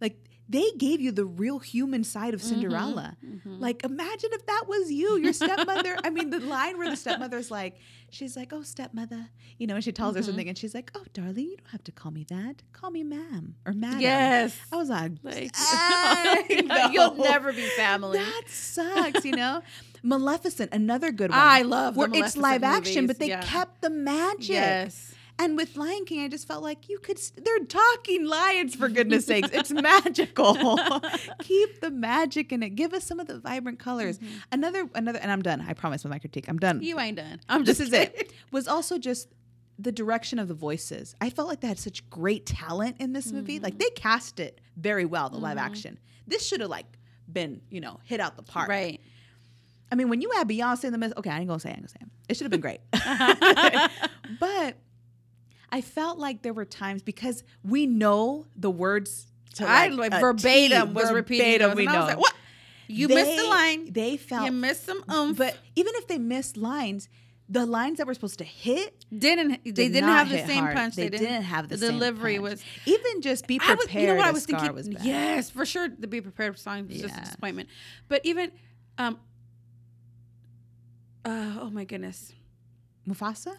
Speaker 3: like they gave you the real human side
Speaker 2: Mm-hmm,
Speaker 3: of Cinderella. Like imagine if that was you your stepmother. I mean the line where the stepmother's like she's like oh stepmother you know and she tells her
Speaker 2: Mm-hmm.
Speaker 3: something and she's like oh darling you don't have to call me that call me ma'am or madam.
Speaker 2: Yes.
Speaker 3: I was like,
Speaker 2: Like,
Speaker 3: "I know."
Speaker 2: you'll never be family.
Speaker 3: That sucks, you know. Maleficent, another good one.
Speaker 2: I love the
Speaker 3: where it's
Speaker 2: Maleficent
Speaker 3: live action,
Speaker 2: movies,
Speaker 3: but they
Speaker 2: yeah.
Speaker 3: kept the magic.
Speaker 2: Yes.
Speaker 3: And with Lion King, I just felt like you could. St- they're talking lions for goodness sakes. It's magical. Keep the magic in it. Give us some of the vibrant colors. Another, another, and I'm done. I promise with my critique. I'm done
Speaker 2: Mm-hmm. You ain't done. I'm
Speaker 3: this
Speaker 2: just
Speaker 3: is it was also just the direction of the voices i felt like they had such great talent in this movie
Speaker 2: Mm-hmm.
Speaker 3: like they cast it very well the live action this should have like been you know hit out the park
Speaker 2: Right.
Speaker 3: i mean when you had beyonce in the midst okay i ain't gonna say i ain't gonna say it, it should have been great but i felt like there were times because we know the words to
Speaker 2: I
Speaker 3: like,
Speaker 2: like
Speaker 3: a
Speaker 2: verbatim
Speaker 3: T,
Speaker 2: was repeating
Speaker 3: verbatim
Speaker 2: those,
Speaker 3: we
Speaker 2: and I was
Speaker 3: know.
Speaker 2: like, what? You missed the
Speaker 3: They-
Speaker 2: line.
Speaker 3: they
Speaker 2: You
Speaker 3: felt
Speaker 2: missed some oomph.
Speaker 3: but even if they missed lines, the lines that were supposed to hit
Speaker 2: Didn't they
Speaker 3: did
Speaker 2: didn't
Speaker 3: not
Speaker 2: have the
Speaker 3: hit
Speaker 2: same
Speaker 3: hard.
Speaker 2: punch?
Speaker 3: They, didn't, have the, same
Speaker 2: delivery
Speaker 3: punch.
Speaker 2: was.
Speaker 3: even just be
Speaker 2: I
Speaker 3: prepared.
Speaker 2: was, you know what I
Speaker 3: as
Speaker 2: was
Speaker 3: Scar
Speaker 2: thinking?
Speaker 3: was back.
Speaker 2: yes, for sure. The be prepared song was just a
Speaker 3: Yeah.
Speaker 2: disappointment. But even, um, uh, oh my goodness,
Speaker 3: Mufasa,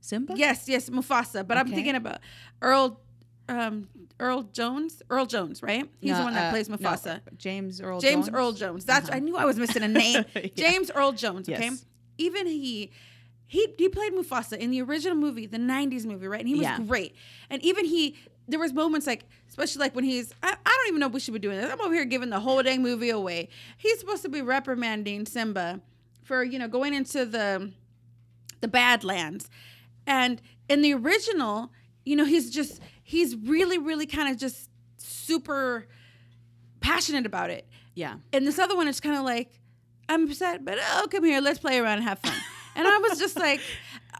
Speaker 3: Simba.
Speaker 2: yes, yes, Mufasa. But I'm
Speaker 3: Okay.
Speaker 2: thinking about Earl, um, Earl Jones, Earl Jones, right? He's the
Speaker 3: No,
Speaker 2: one that
Speaker 3: uh,
Speaker 2: plays
Speaker 3: no,
Speaker 2: Mufasa.
Speaker 3: James Earl.
Speaker 2: James
Speaker 3: Jones.
Speaker 2: Earl Jones. That's
Speaker 3: Uh-huh.
Speaker 2: I knew I was missing a name.
Speaker 3: Yeah.
Speaker 2: James Earl Jones. Okay,
Speaker 3: Yes.
Speaker 2: even he. He, he played Mufasa in the original movie, the '90s movie, right? And he was
Speaker 3: Yeah.
Speaker 2: great. And even he, there was moments like, especially like when he's, I, I don't even know we should be doing this. I'm over here giving the whole dang movie away. He's supposed to be reprimanding Simba for you know going into the the Badlands. And in the original, you know, he's just he's really, really kind of just super passionate about it.
Speaker 3: Yeah.
Speaker 2: And this other one is kind of like, I'm upset, but oh, come here, let's play around and have fun. and I was just like,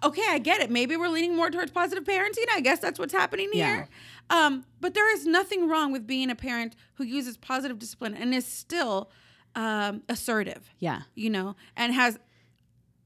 Speaker 2: okay, I get it. Maybe we're leaning more towards positive parenting. I guess that's what's happening here. Um, but there is nothing wrong with being a parent who uses positive discipline and is still um, assertive
Speaker 3: Yeah.
Speaker 2: you know, and has,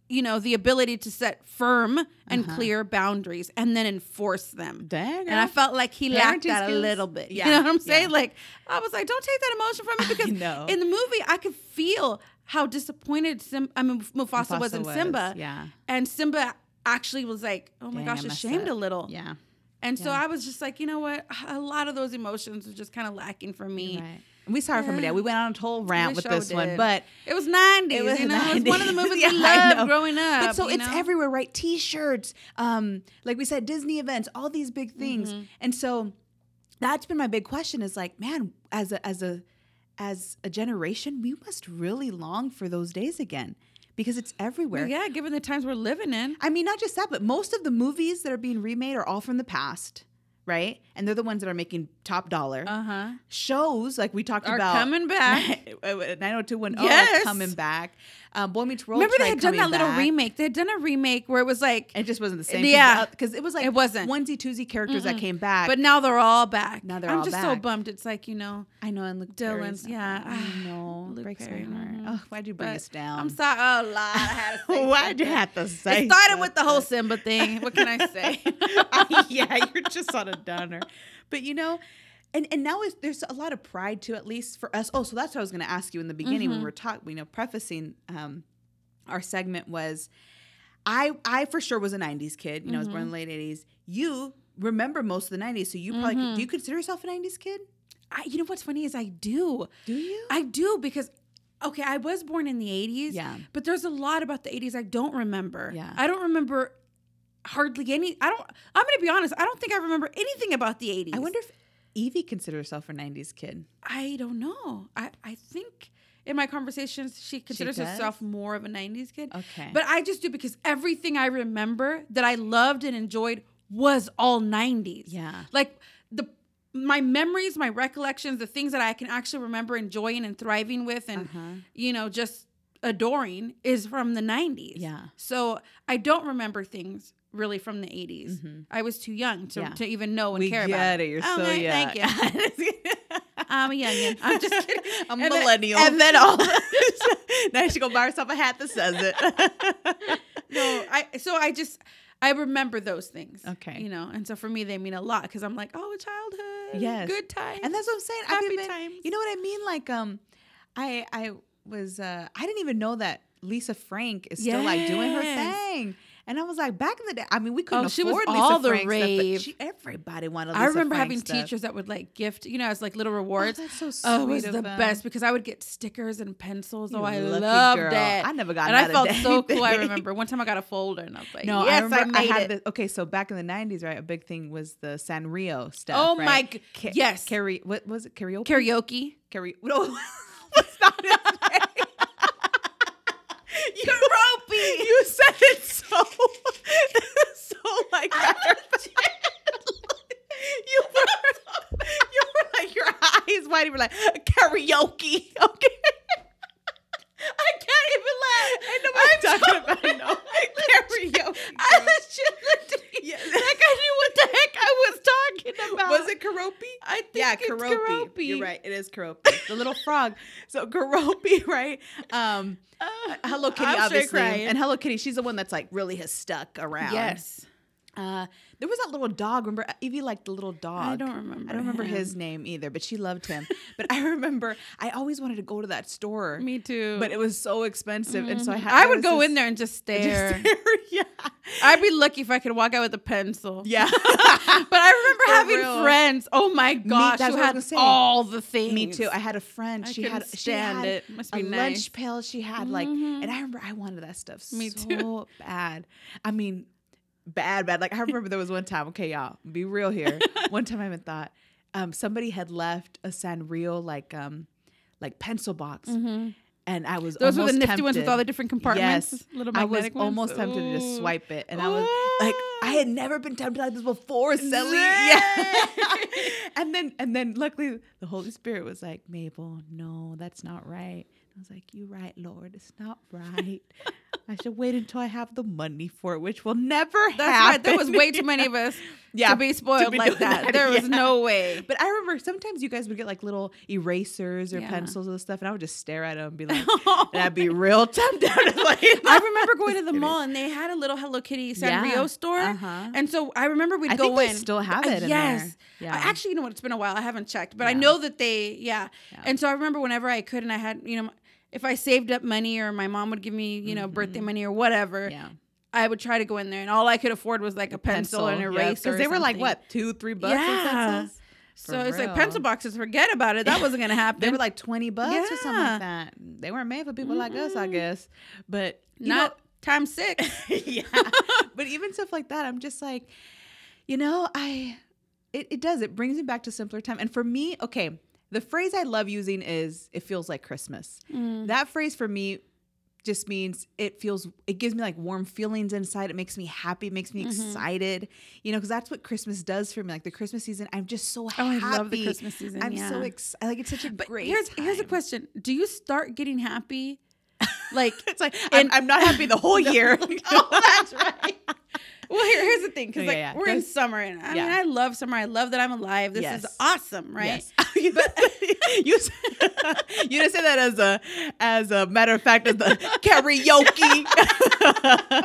Speaker 2: you know, the ability to set firm and clear boundaries and then enforce them.
Speaker 3: There.
Speaker 2: And I felt like he lacked
Speaker 3: Parenting
Speaker 2: that a
Speaker 3: skills.
Speaker 2: little bit.
Speaker 3: Yeah,
Speaker 2: You know what I'm saying?
Speaker 3: yeah.
Speaker 2: Like, I was like, don't take that emotion from me because
Speaker 3: know.
Speaker 2: in the movie, I could feel how disappointed Sim- I mean, Mufasa, was in Simba.
Speaker 3: Yeah.
Speaker 2: And Simba actually was like, oh my
Speaker 3: Dang, I
Speaker 2: gosh,
Speaker 3: messed
Speaker 2: ashamed a
Speaker 3: up.
Speaker 2: little.
Speaker 3: Yeah.
Speaker 2: And so I was just like, you know what? A lot of those emotions were just kind of lacking for me.
Speaker 3: Right. And we saw her from a day. We went on a whole rant
Speaker 2: We
Speaker 3: with
Speaker 2: sure
Speaker 3: this one,
Speaker 2: did.
Speaker 3: but
Speaker 2: It was 90s.
Speaker 3: It was,
Speaker 2: you know? It was one of the
Speaker 3: 90s.
Speaker 2: movies we
Speaker 3: Yeah, I know.
Speaker 2: loved growing up.
Speaker 3: But so
Speaker 2: you
Speaker 3: it's
Speaker 2: know?
Speaker 3: everywhere, right? T-shirts, um, like we said, Disney events, all these big things,
Speaker 2: Mm-hmm.
Speaker 3: and so that's been my big question: is like, man, as a as a as a generation, we must really long for those days again because it's everywhere.
Speaker 2: Yeah, given the times we're living in.
Speaker 3: I mean, not just that, but most of the movies that are being remade are all from the past, right? And they're the ones that are making top dollar.
Speaker 2: Uh huh.
Speaker 3: Shows like we talked
Speaker 2: Are
Speaker 3: about
Speaker 2: coming back.
Speaker 3: 90210
Speaker 2: Yes.
Speaker 3: coming back. Um, Boy Meets World.
Speaker 2: Remember they
Speaker 3: tried
Speaker 2: had done that
Speaker 3: coming
Speaker 2: little
Speaker 3: back.
Speaker 2: remake. They had done a remake where it was like,
Speaker 3: It just wasn't the same.
Speaker 2: Yeah.
Speaker 3: because uh, it was like
Speaker 2: It wasn't.
Speaker 3: onesie twosie characters that came back.
Speaker 2: but now they're all back.
Speaker 3: Now they're
Speaker 2: I'm
Speaker 3: all
Speaker 2: just so
Speaker 3: back.
Speaker 2: bummed. It's like you know,
Speaker 3: I know and Luke Perry's
Speaker 2: Dylan's-
Speaker 3: not
Speaker 2: yeah.
Speaker 3: back. I know
Speaker 2: Luke
Speaker 3: breaks
Speaker 2: Perry,
Speaker 3: my heart.
Speaker 2: mhm.
Speaker 3: Oh, why'd you bring
Speaker 2: But
Speaker 3: us down?
Speaker 2: I'm sorry. Oh, Lord, I had to say.
Speaker 3: Why'd you
Speaker 2: something.
Speaker 3: have to say?
Speaker 2: It started with the
Speaker 3: something?
Speaker 2: whole Simba thing. What can I say?
Speaker 3: yeah, you're just on a downer. But you know, and and now is there's a lot of pride too, at least for us. Oh, so that's what I was going to ask you in the beginning when we were talking. You know, prefacing um, our segment was, I I for sure was a '90s kid. You know, I was born in the late '80s. You remember most of the '90s, so you probably could, do you consider yourself a '90s kid?
Speaker 2: I, you know what's funny is I do.
Speaker 3: Do you?
Speaker 2: I do because okay, I was born in the 80s.
Speaker 3: Yeah.
Speaker 2: But there's a lot about the 80s I don't remember.
Speaker 3: Yeah.
Speaker 2: I don't remember hardly any I don't I'm going to be honest, I don't think I remember anything about the 80s.
Speaker 3: I wonder if Evie considers herself a '90s kid.
Speaker 2: I don't know. I I think in my conversations she considers
Speaker 3: does?
Speaker 2: herself more of a 90s kid.
Speaker 3: Okay.
Speaker 2: But I just do because everything I remember that I loved and enjoyed was all 90s.
Speaker 3: Yeah.
Speaker 2: Like the my memories, my recollections, the things that I can actually remember enjoying and thriving with and
Speaker 3: Uh-huh.
Speaker 2: you know, just adoring is from the 90s.
Speaker 3: Yeah.
Speaker 2: So I don't remember things really from the 80s. I was too young to,
Speaker 3: Mm-hmm. Yeah.
Speaker 2: to even know and care
Speaker 3: get
Speaker 2: about
Speaker 3: it. Oh, You're so
Speaker 2: Okay,
Speaker 3: young.
Speaker 2: Thank you. I'm a youngin. I'm just kidding.
Speaker 3: I'm
Speaker 2: And then-
Speaker 3: millennial.
Speaker 2: and then all-
Speaker 3: now she gonna buy herself a hat that says it.
Speaker 2: No, I so I just I remember those things.
Speaker 3: Okay.
Speaker 2: You know, and so for me they mean a lot because I'm like, oh, childhood.
Speaker 3: Yes.
Speaker 2: Good time.
Speaker 3: and that's what I'm saying.
Speaker 2: Happy
Speaker 3: I've even,
Speaker 2: times.
Speaker 3: You know what I mean? Like, um, I I was uh, I didn't even know that Lisa Frank is still like doing her
Speaker 2: Yes.
Speaker 3: thing. And I was like, back in the day, I mean, we couldn't
Speaker 2: Oh, she was
Speaker 3: afford Lisa
Speaker 2: all the
Speaker 3: Frank
Speaker 2: rave.
Speaker 3: stuff, but she, everybody wanted. Lisa
Speaker 2: I remember
Speaker 3: Frank
Speaker 2: having
Speaker 3: stuff.
Speaker 2: teachers that would like gift, you know, as like little rewards.
Speaker 3: that's so
Speaker 2: Oh, it was
Speaker 3: sweet of
Speaker 2: the
Speaker 3: them.
Speaker 2: best because I would get stickers and pencils. oh, I
Speaker 3: lucky
Speaker 2: loved
Speaker 3: girl.
Speaker 2: that.
Speaker 3: I never got
Speaker 2: and I
Speaker 3: none of
Speaker 2: felt
Speaker 3: that.
Speaker 2: so cool. I remember one time I got a folder and I was like,
Speaker 3: No, I
Speaker 2: yes,
Speaker 3: remember I,
Speaker 2: made
Speaker 3: had
Speaker 2: it.
Speaker 3: this. Okay, so back in the '90s, right? A big thing was the Sanrio stuff.
Speaker 2: Oh
Speaker 3: right?
Speaker 2: my g-
Speaker 3: Ca-
Speaker 2: yes.
Speaker 3: Karaoke. What was it? Karaoke.
Speaker 2: karaoke.
Speaker 3: Karaoke. No, that's not it. you ropey. You said it so, so like matter of fact. You were, you were like your eyes wide. You were like karaoke. Okay. I can't even laugh. I know what I'm talking about. No. Karaoke.
Speaker 2: I legit looked at you like I knew what the heck I was talking about.
Speaker 3: Was it Karopi?
Speaker 2: I think
Speaker 3: yeah,
Speaker 2: it's
Speaker 3: Karopi.
Speaker 2: Karopi.
Speaker 3: You're right. It is Karopi. The little frog. So Karopi, right? Um,
Speaker 2: Uh,
Speaker 3: Hello Kitty,
Speaker 2: I'm straight
Speaker 3: obviously,
Speaker 2: crying.
Speaker 3: and Hello Kitty. She's the one that's like really has stuck around.
Speaker 2: Yes.
Speaker 3: Uh, there was that little dog. Remember, uh, Evie liked the little dog.
Speaker 2: I don't remember.
Speaker 3: I don't remember
Speaker 2: him.
Speaker 3: his name either, but she loved him. but I remember I always wanted to go to that store.
Speaker 2: Me too.
Speaker 3: But it was so expensive, and so I had.
Speaker 2: Mm-hmm. I
Speaker 3: there
Speaker 2: would
Speaker 3: was
Speaker 2: go
Speaker 3: this-
Speaker 2: in there and just stare.
Speaker 3: Just yeah.
Speaker 2: I'd be lucky if I could walk out with a pencil.
Speaker 3: Yeah.
Speaker 2: But I remember
Speaker 3: For
Speaker 2: having
Speaker 3: real.
Speaker 2: friends. Oh my gosh,
Speaker 3: that's
Speaker 2: who
Speaker 3: what I was
Speaker 2: had
Speaker 3: gonna say.
Speaker 2: all the things.
Speaker 3: Me too. I had a friend.
Speaker 2: I
Speaker 3: she had
Speaker 2: couldn't
Speaker 3: she had
Speaker 2: stand it. Must be
Speaker 3: a
Speaker 2: nice. Mm-hmm.
Speaker 3: lunch pail. She had like, and I remember I wanted that stuff
Speaker 2: Me
Speaker 3: so
Speaker 2: too.
Speaker 3: bad. I mean, bad, bad. Like I remember there was one time. Okay, y'all, be real here. one time I even thought um, somebody had left a Sanrio like um like pencil box, and I was
Speaker 2: Mm-hmm. Those were the
Speaker 3: almost
Speaker 2: nifty ones with all the
Speaker 3: tempted.
Speaker 2: different compartments.
Speaker 3: Yes,
Speaker 2: Little
Speaker 3: I was
Speaker 2: magnetic ones.
Speaker 3: almost tempted to
Speaker 2: Ooh.
Speaker 3: just swipe it, and I was like, I had never been tempted like this before, Sally.
Speaker 2: Yeah.
Speaker 3: Yeah. and then, and then, luckily, the Holy Spirit was like, Mabel, no, that's not right. I was like, You're right, Lord, it's not right. I should wait until I have the money for it, which will never
Speaker 2: That's
Speaker 3: happen.
Speaker 2: right. There was way too many of us
Speaker 3: Yeah,
Speaker 2: to be spoiled
Speaker 3: to be
Speaker 2: like
Speaker 3: doing
Speaker 2: that.
Speaker 3: that,
Speaker 2: There was
Speaker 3: yeah.
Speaker 2: no way.
Speaker 3: But I remember sometimes you guys would get like little erasers or
Speaker 2: Yeah.
Speaker 3: pencils and stuff, and I would just stare at them and be like, and I'd be real tempted. like,
Speaker 2: I remember going to the
Speaker 3: kidding.
Speaker 2: mall and they had a little Hello Kitty
Speaker 3: Yeah.
Speaker 2: Sanrio store,
Speaker 3: Uh-huh.
Speaker 2: and so I remember we'd
Speaker 3: I
Speaker 2: go
Speaker 3: think they
Speaker 2: in.
Speaker 3: still have
Speaker 2: Uh,
Speaker 3: it in
Speaker 2: yes.
Speaker 3: there.
Speaker 2: I
Speaker 3: Yeah.
Speaker 2: actually, you know what? It's been a while. I haven't checked, but I
Speaker 3: Yeah.
Speaker 2: know that they, yeah.
Speaker 3: Yeah.
Speaker 2: And so I remember whenever I could, and I had, you know, if I saved up money or my mom would give me, you know, birthday money or whatever,
Speaker 3: Mm-hmm. yeah.
Speaker 2: I would try to go in there, and all I could afford was like a pencil, and an
Speaker 3: yeah,
Speaker 2: eraser. or
Speaker 3: they were like
Speaker 2: something.
Speaker 3: what two, three bucks.
Speaker 2: Yeah.
Speaker 3: Yeah. pencils?
Speaker 2: So
Speaker 3: For
Speaker 2: it's like
Speaker 3: real.
Speaker 2: pencil boxes. Forget about it. That wasn't gonna happen.
Speaker 3: They were like twenty bucks or something
Speaker 2: Yeah. Mm-hmm.
Speaker 3: like that. They weren't made for people like us, I guess. But you know-
Speaker 2: not times six.
Speaker 3: yeah. But even stuff like that, I'm just like, you know, I it, it does. It brings me back to simpler time. And for me, okay, the phrase I love using is it feels like Christmas.
Speaker 2: Mm.
Speaker 3: That phrase for me just means it feels it gives me like warm feelings inside. It makes me happy, it
Speaker 2: Mm-hmm.
Speaker 3: makes me excited. You know, because that's what Christmas does for me. Like the Christmas season, I'm just so
Speaker 2: Oh, I
Speaker 3: happy.
Speaker 2: love the Christmas season,
Speaker 3: I'm so
Speaker 2: yeah.
Speaker 3: excited. Like it's such a
Speaker 2: But
Speaker 3: great
Speaker 2: here's here's a
Speaker 3: time.
Speaker 2: question: Do you start getting happy? Like,
Speaker 3: It's like
Speaker 2: And-
Speaker 3: I'm, I'm not happy the whole year. oh, that's right.
Speaker 2: well, here, here's the thing, because
Speaker 3: Yeah,
Speaker 2: like
Speaker 3: yeah.
Speaker 2: we're in
Speaker 3: There's-
Speaker 2: summer, and I mean,
Speaker 3: yeah.
Speaker 2: I love summer. I love that I'm alive. This is
Speaker 3: Yes.
Speaker 2: awesome, right?
Speaker 3: Yes. Oh, you s- you didn't say that as a as a matter of fact as the karaoke.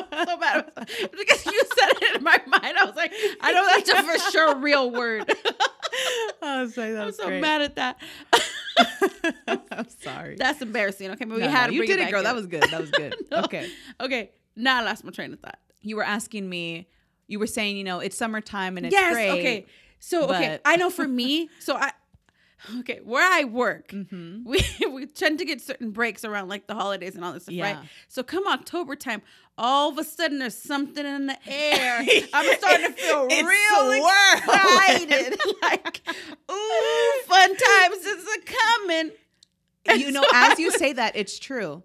Speaker 2: So bad. because you said it in my mind, I was like, I know that's a for sure real word.
Speaker 3: I was like, that
Speaker 2: I'm
Speaker 3: was
Speaker 2: so
Speaker 3: great.
Speaker 2: mad at that.
Speaker 3: I'm sorry.
Speaker 2: That's embarrassing. Okay, but we
Speaker 3: No,
Speaker 2: had
Speaker 3: no,
Speaker 2: to
Speaker 3: you
Speaker 2: bring
Speaker 3: did it,
Speaker 2: back
Speaker 3: girl.
Speaker 2: in.
Speaker 3: That was good. That was good.
Speaker 2: No.
Speaker 3: Okay.
Speaker 2: Okay, now I lost my train of thought.
Speaker 3: You were asking me. You were saying, you know, it's summertime and it's
Speaker 2: yes.
Speaker 3: great.
Speaker 2: Okay. So okay,
Speaker 3: but-
Speaker 2: I know for me. So I okay where I work,
Speaker 3: Mm. Mm-hmm.
Speaker 2: we we tend to get certain breaks around like the holidays and all this stuff,
Speaker 3: Yeah.
Speaker 2: right? So come October time, all of a sudden there's something in the air. I'm starting to feel
Speaker 3: It's
Speaker 2: real
Speaker 3: swirling.
Speaker 2: excited. like, ooh, fun times is a coming. And
Speaker 3: you know,
Speaker 2: so I
Speaker 3: as you say that, it's true.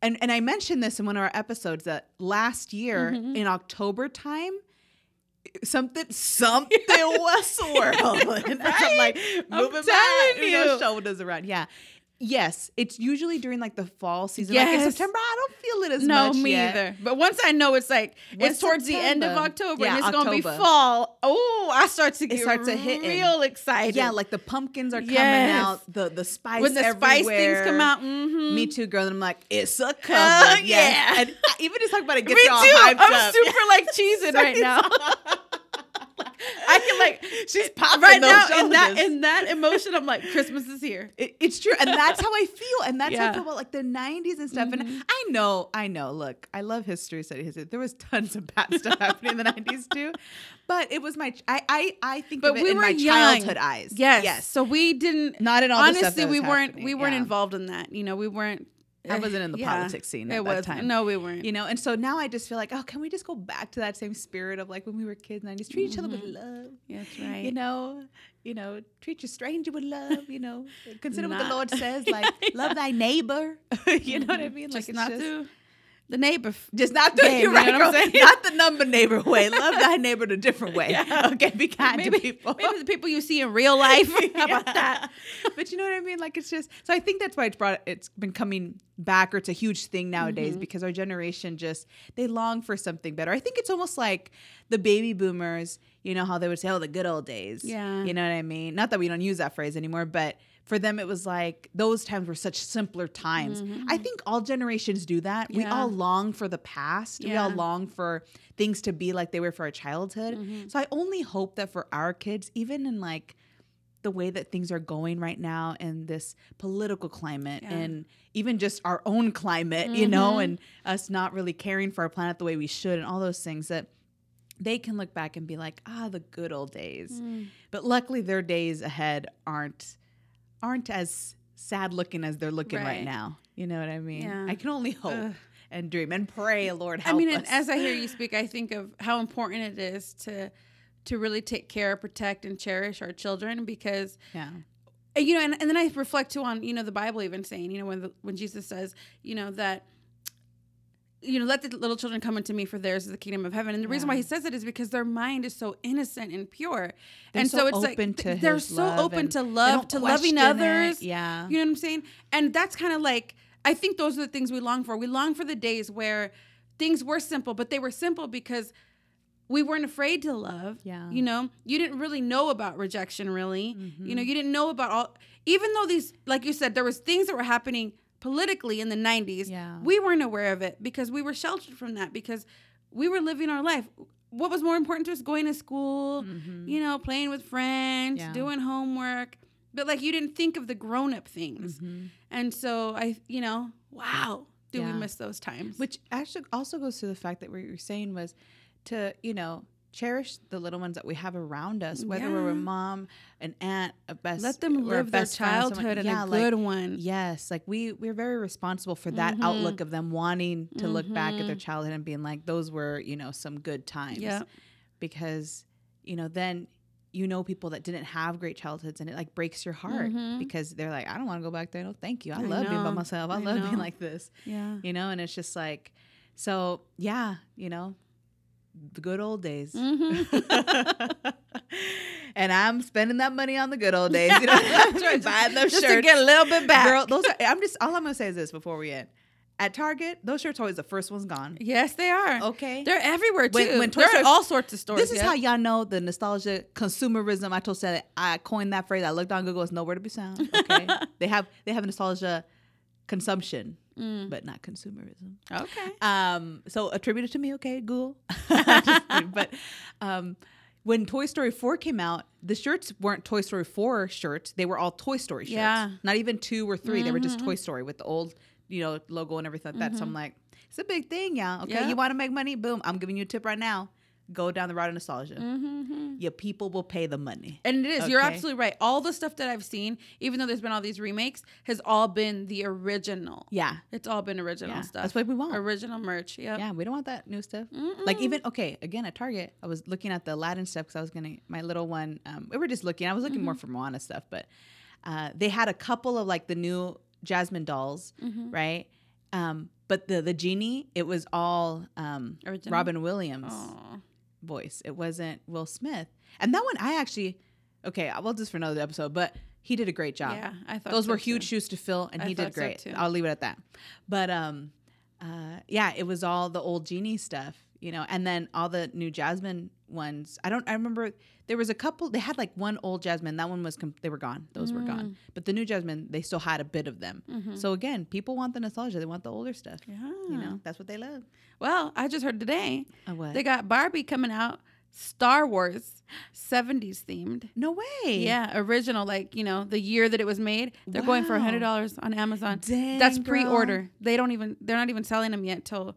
Speaker 3: And and I mentioned this in one of our episodes that last year
Speaker 2: Mm-hmm.
Speaker 3: in October time, something something was swirling. I'm like
Speaker 2: I'm
Speaker 3: moving my
Speaker 2: telling
Speaker 3: you know,
Speaker 2: you.
Speaker 3: shoulders around. Yeah. Yes, it's usually during like the fall season. Like in
Speaker 2: Yes.
Speaker 3: September, I don't feel it as
Speaker 2: no,
Speaker 3: much.
Speaker 2: me
Speaker 3: yet.
Speaker 2: either. But once I know it's like it's
Speaker 3: Once
Speaker 2: towards the end of
Speaker 3: September-
Speaker 2: October
Speaker 3: Yeah,
Speaker 2: and it's going to be
Speaker 3: October.
Speaker 2: fall, oh, I start to get
Speaker 3: starts to hit in.
Speaker 2: real excited.
Speaker 3: Yeah, like the pumpkins are coming
Speaker 2: Yes.
Speaker 3: out. The the spice
Speaker 2: when the spice things come
Speaker 3: everywhere.
Speaker 2: out. Mm-hmm.
Speaker 3: Me too, girl. And I'm like, it's a cover.
Speaker 2: Oh,
Speaker 3: yes.
Speaker 2: yeah.
Speaker 3: And even just talking about it
Speaker 2: Me
Speaker 3: gets
Speaker 2: too.
Speaker 3: you all hyped
Speaker 2: I'm
Speaker 3: up.
Speaker 2: super like cheesing right now. I can like
Speaker 3: She's popping
Speaker 2: right
Speaker 3: those
Speaker 2: now in that
Speaker 3: shoulders.
Speaker 2: in that emotion. I'm like Christmas is here.
Speaker 3: It- it's true, and that's how I feel, and that's how
Speaker 2: Yeah. Mm-hmm.
Speaker 3: I feel about like the '90s and stuff. And I know, I know. Look, I love history study. History. There was tons of bad stuff happening in the '90s too, but it was my. ch- I I, I think
Speaker 2: But
Speaker 3: of it
Speaker 2: we
Speaker 3: in
Speaker 2: were
Speaker 3: my
Speaker 2: young.
Speaker 3: childhood eyes.
Speaker 2: Yes.
Speaker 3: yes.
Speaker 2: So we didn't.
Speaker 3: Not in all. the stuff
Speaker 2: honestly,
Speaker 3: that
Speaker 2: we
Speaker 3: was
Speaker 2: weren't.
Speaker 3: happening.
Speaker 2: We weren't
Speaker 3: Yeah.
Speaker 2: involved in that. You know, we weren't.
Speaker 3: I wasn't in the
Speaker 2: Yeah.
Speaker 3: politics scene at
Speaker 2: it
Speaker 3: that
Speaker 2: was
Speaker 3: time.
Speaker 2: no, we weren't.
Speaker 3: You know, and so now I just feel like, oh, can we just go back to that same spirit of like when we were kids, '90s? Treat each other
Speaker 2: Mm-hmm.
Speaker 3: with love.
Speaker 2: That's right.
Speaker 3: You know, you know, treat your stranger with love. You know, consider what
Speaker 2: Nah.
Speaker 3: Mm-hmm. the Lord says, like love thy neighbor. you know what I mean?
Speaker 2: Just not to the neighbor. f-
Speaker 3: Just not the
Speaker 2: Game,
Speaker 3: you're
Speaker 2: you know
Speaker 3: right,
Speaker 2: what
Speaker 3: girl.
Speaker 2: I'm saying?
Speaker 3: not the number neighbor way. Love thy neighbor a different way. Okay, be kind
Speaker 2: maybe,
Speaker 3: to people.
Speaker 2: maybe the people you see in real life. How about that?
Speaker 3: but you know what I mean? Like it's just so I think that's why it's brought it's been coming back or it's a huge thing nowadays
Speaker 2: Mm-hmm.
Speaker 3: because our generation just they long for something better. I think it's almost like the baby boomers, you know how they would say, Oh, the good old days.
Speaker 2: Yeah.
Speaker 3: You know what I mean? Not that we don't use that phrase anymore, but for them it was like those times were such simpler times. I think all generations do that. We
Speaker 2: Mm-hmm. Yeah.
Speaker 3: all long for the past. We all
Speaker 2: Yeah.
Speaker 3: long for things to be like they were for our childhood.
Speaker 2: Mm-hmm.
Speaker 3: So I only hope that for our kids, even in like the way that things are going right now in this political climate
Speaker 2: Yeah. Mm-hmm.
Speaker 3: and even just our own climate, you know, and us not really caring for our planet the way we should and all those things that they can look back and be like, ah, the good old days.
Speaker 2: Mm.
Speaker 3: But luckily their days ahead aren't aren't as sad looking as they're looking right,
Speaker 2: Right.
Speaker 3: now. You know what I mean?
Speaker 2: Yeah.
Speaker 3: I can only hope
Speaker 2: Ugh.
Speaker 3: and dream and pray, Lord
Speaker 2: I
Speaker 3: help
Speaker 2: mean,
Speaker 3: us.
Speaker 2: and as I hear you speak, I think of how important it is to to really take care, protect, and cherish our children because
Speaker 3: yeah.
Speaker 2: And, you know, and, and then I reflect too on you know the Bible even saying you know when the, when Jesus says you know that you know let the little children come unto me for theirs is the kingdom of heaven and the reason
Speaker 3: Yeah.
Speaker 2: why he says it is because their mind is so innocent and pure
Speaker 3: They're
Speaker 2: and so,
Speaker 3: so
Speaker 2: it's
Speaker 3: open
Speaker 2: like
Speaker 3: to
Speaker 2: th- they're
Speaker 3: his
Speaker 2: so
Speaker 3: love
Speaker 2: open
Speaker 3: and
Speaker 2: to
Speaker 3: they
Speaker 2: love
Speaker 3: don't
Speaker 2: to loving
Speaker 3: question it.
Speaker 2: others
Speaker 3: Yeah.
Speaker 2: you know what I'm saying and that's kind of like I think those are the things we long for we long for the days where things were simple but they were simple because we weren't afraid to love.
Speaker 3: Yeah. Mm-hmm.
Speaker 2: You know, you didn't really know about rejection really. You know, you didn't know about all even though these like you said there was things that were happening politically in the 90s.
Speaker 3: Yeah.
Speaker 2: We weren't aware of it because we were sheltered from that because we were living our life. What was more important to us going to school, you know, playing with friends,
Speaker 3: Mm-hmm. Yeah.
Speaker 2: doing homework, but like you didn't think of the grown-up things. And so I, you know, wow, do we
Speaker 3: Mm-hmm. Yeah.
Speaker 2: miss those times?
Speaker 3: Which actually also goes to the fact that what you were saying was to, you know, cherish the little ones that we have around us, whether we're
Speaker 2: Mm, Yeah.
Speaker 3: a mom, an aunt, a best
Speaker 2: let them
Speaker 3: or a
Speaker 2: live their
Speaker 3: best friend, someone-
Speaker 2: childhood and
Speaker 3: yeah,
Speaker 2: a
Speaker 3: like,
Speaker 2: good Mm-hmm. one.
Speaker 3: Yes, like we we're very responsible for that outlook of them wanting to look back at their childhood and being like those were, you know, some good times.
Speaker 2: Mm-hmm. Yeah.
Speaker 3: Because, you know, then you know people that didn't have great childhoods and it like breaks your heart
Speaker 2: Mhm.
Speaker 3: because they're like, I don't want to go back there. No, thank you. I,
Speaker 2: I
Speaker 3: love being by
Speaker 2: know.
Speaker 3: myself. I,
Speaker 2: I
Speaker 3: love being
Speaker 2: know.
Speaker 3: like this
Speaker 2: Yeah.
Speaker 3: you know and it's just like so yeah you know the good old days
Speaker 2: Mm. Mm-hmm.
Speaker 3: and i'm spending that money on the good old days you know
Speaker 2: That's right.
Speaker 3: buying those
Speaker 2: Just
Speaker 3: shirts
Speaker 2: to get a little bit back.
Speaker 3: girl those are i'm just all i'm gonna say is this before we end at target those shirts always the first one's gone
Speaker 2: yes, they are.
Speaker 3: okay
Speaker 2: They're everywhere too.
Speaker 3: When- when Toy
Speaker 2: They're
Speaker 3: Story-
Speaker 2: at all sorts of stores.
Speaker 3: this is
Speaker 2: yeah.
Speaker 3: how y'all know the nostalgia consumerism. I told said I coined that phrase. I looked on Google. It's nowhere to be found. Okay, they have they have nostalgia consumption,
Speaker 2: Mm.
Speaker 3: but not consumerism.
Speaker 2: Okay.
Speaker 3: Um, so attribute it to me, okay, Google. Just kidding. but um, when Toy Story 4 came out, the shirts weren't Toy Story 4 shirts. They were all Toy Story shirts.
Speaker 2: Yeah. Mm-hmm.
Speaker 3: Not even two or 3 They were just Toy Story with the old, you know, logo and everything like that. So I'm like, it's a big thing, y'all. Okay,
Speaker 2: Yeah.
Speaker 3: you want to make money? Boom, I'm giving you a tip right now. Go down the route of nostalgia.
Speaker 2: Mm-hmm.
Speaker 3: Your people will pay the money.
Speaker 2: And it is. You're
Speaker 3: Okay.
Speaker 2: absolutely right. All the stuff that I've seen, even though there's been all these remakes, has all been the original.
Speaker 3: Yeah.
Speaker 2: It's all been original
Speaker 3: Yeah.
Speaker 2: stuff.
Speaker 3: That's what we want.
Speaker 2: Original merch. Yep.
Speaker 3: Yeah, we don't want that new stuff.
Speaker 2: Mm.
Speaker 3: Like even okay, again at Target, I was looking at the Aladdin stuff because I was gonna my little one. Um, we were just looking. I was looking
Speaker 2: Mm-hmm.
Speaker 3: more for Moana stuff, but uh, they had a couple of like the new Jasmine dolls,
Speaker 2: Mm-hmm.
Speaker 3: right? Um, but the the genie, it was all um,
Speaker 2: Original? Oh.
Speaker 3: Robin Williams
Speaker 2: Aw.
Speaker 3: voice. It wasn't Will Smith. And that one, I actually okay, I will just for another episode, but he did a great job.
Speaker 2: Yeah, I thought
Speaker 3: those
Speaker 2: so
Speaker 3: were
Speaker 2: too.
Speaker 3: huge shoes to fill, and
Speaker 2: I
Speaker 3: he did
Speaker 2: thought so
Speaker 3: great.
Speaker 2: too.
Speaker 3: I'll leave it at that. But um, uh, yeah, it was all the old genie stuff, you know, and then all the new Jasmine ones. I don't. I remember there was a couple. They had like one old Jasmine. That one was com- they were gone. Those were
Speaker 2: Mm.
Speaker 3: gone. But the new Jasmine, they still had a bit of them.
Speaker 2: Mm-hmm.
Speaker 3: So again, people want the nostalgia. They want the older stuff.
Speaker 2: Yeah.
Speaker 3: You know, that's what they love.
Speaker 2: Well, I just heard today
Speaker 3: A what?
Speaker 2: they got Barbie coming out, Star Wars, 70s themed.
Speaker 3: no way.
Speaker 2: Yeah, original, like you know, the year that it was made. They're going for
Speaker 3: Wow.
Speaker 2: hundred dollars on Amazon.
Speaker 3: Dang,
Speaker 2: That's
Speaker 3: girl.
Speaker 2: pre-order. They don't even they're not even selling them yet till a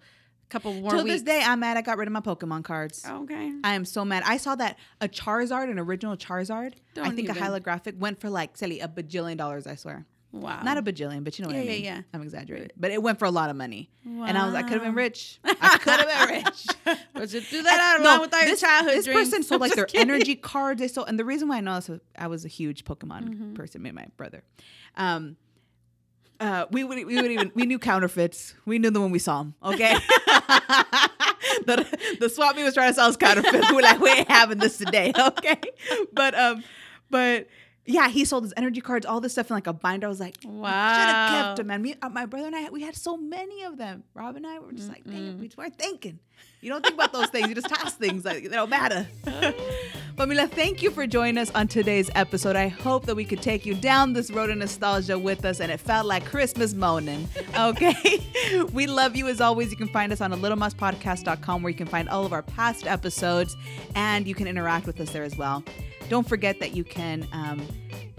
Speaker 2: couple more
Speaker 3: Till
Speaker 2: weeks.
Speaker 3: this day, I'm mad. I got rid of my Pokemon cards.
Speaker 2: Okay.
Speaker 3: I am so mad. I saw that a Charizard, an original Charizard, I
Speaker 2: Don't
Speaker 3: think a
Speaker 2: even.
Speaker 3: holographic went for like silly a bajillion dollars. I swear,
Speaker 2: Wow.
Speaker 3: not a bajillion, but you know what I
Speaker 2: Yeah, yeah,
Speaker 3: mean.
Speaker 2: yeah.
Speaker 3: I'm exaggerating, but it went for a lot of money. And I was, I could have been rich. I could have been rich.
Speaker 2: But you threw that out
Speaker 3: No,
Speaker 2: along with our
Speaker 3: this,
Speaker 2: childhood
Speaker 3: this
Speaker 2: dreams.
Speaker 3: person
Speaker 2: I'm
Speaker 3: sold like
Speaker 2: just
Speaker 3: their
Speaker 2: kidding.
Speaker 3: energy cards. They sold, and the
Speaker 2: Mm-hmm.
Speaker 3: reason why I know this was, I was a huge Pokemon person, me and my brother. Um, Uh, we would we would even we knew counterfeits. We knew them when we saw them. Okay. the, the swap meet was trying to sell us counterfeits. We're like, we ain't having this today. Okay. But um, but yeah, he sold his energy cards, all this stuff in like a binder. I was like, should have
Speaker 2: Wow.
Speaker 3: kept them. And me, uh, my brother and I, we had so many of them. Rob and I were just like, dang, it, we just weren't thinking. You don't think about those things. You just toss things. Like, they don't matter. but Mila, thank you for joining us on today's episode. I hope that we could take you down this road of nostalgia with us, and it felt like Christmas morning. Okay. we love you as always. You can find us on a littlemousepodcast.com where you can find all of our past episodes and you can interact with us there as well. Don't forget that you can um,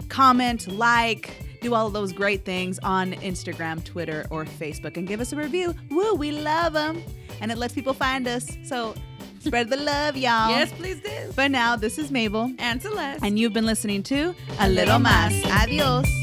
Speaker 3: comment, like, do all of those great things on Instagram, Twitter, or Facebook, and give us a review. Woo, we love them, and it lets people find us. So spread the love, y'all.
Speaker 2: Yes, please do.
Speaker 3: But now, this is Mabel,
Speaker 2: And Celeste.
Speaker 3: and you've been listening to A Little Más. Adios.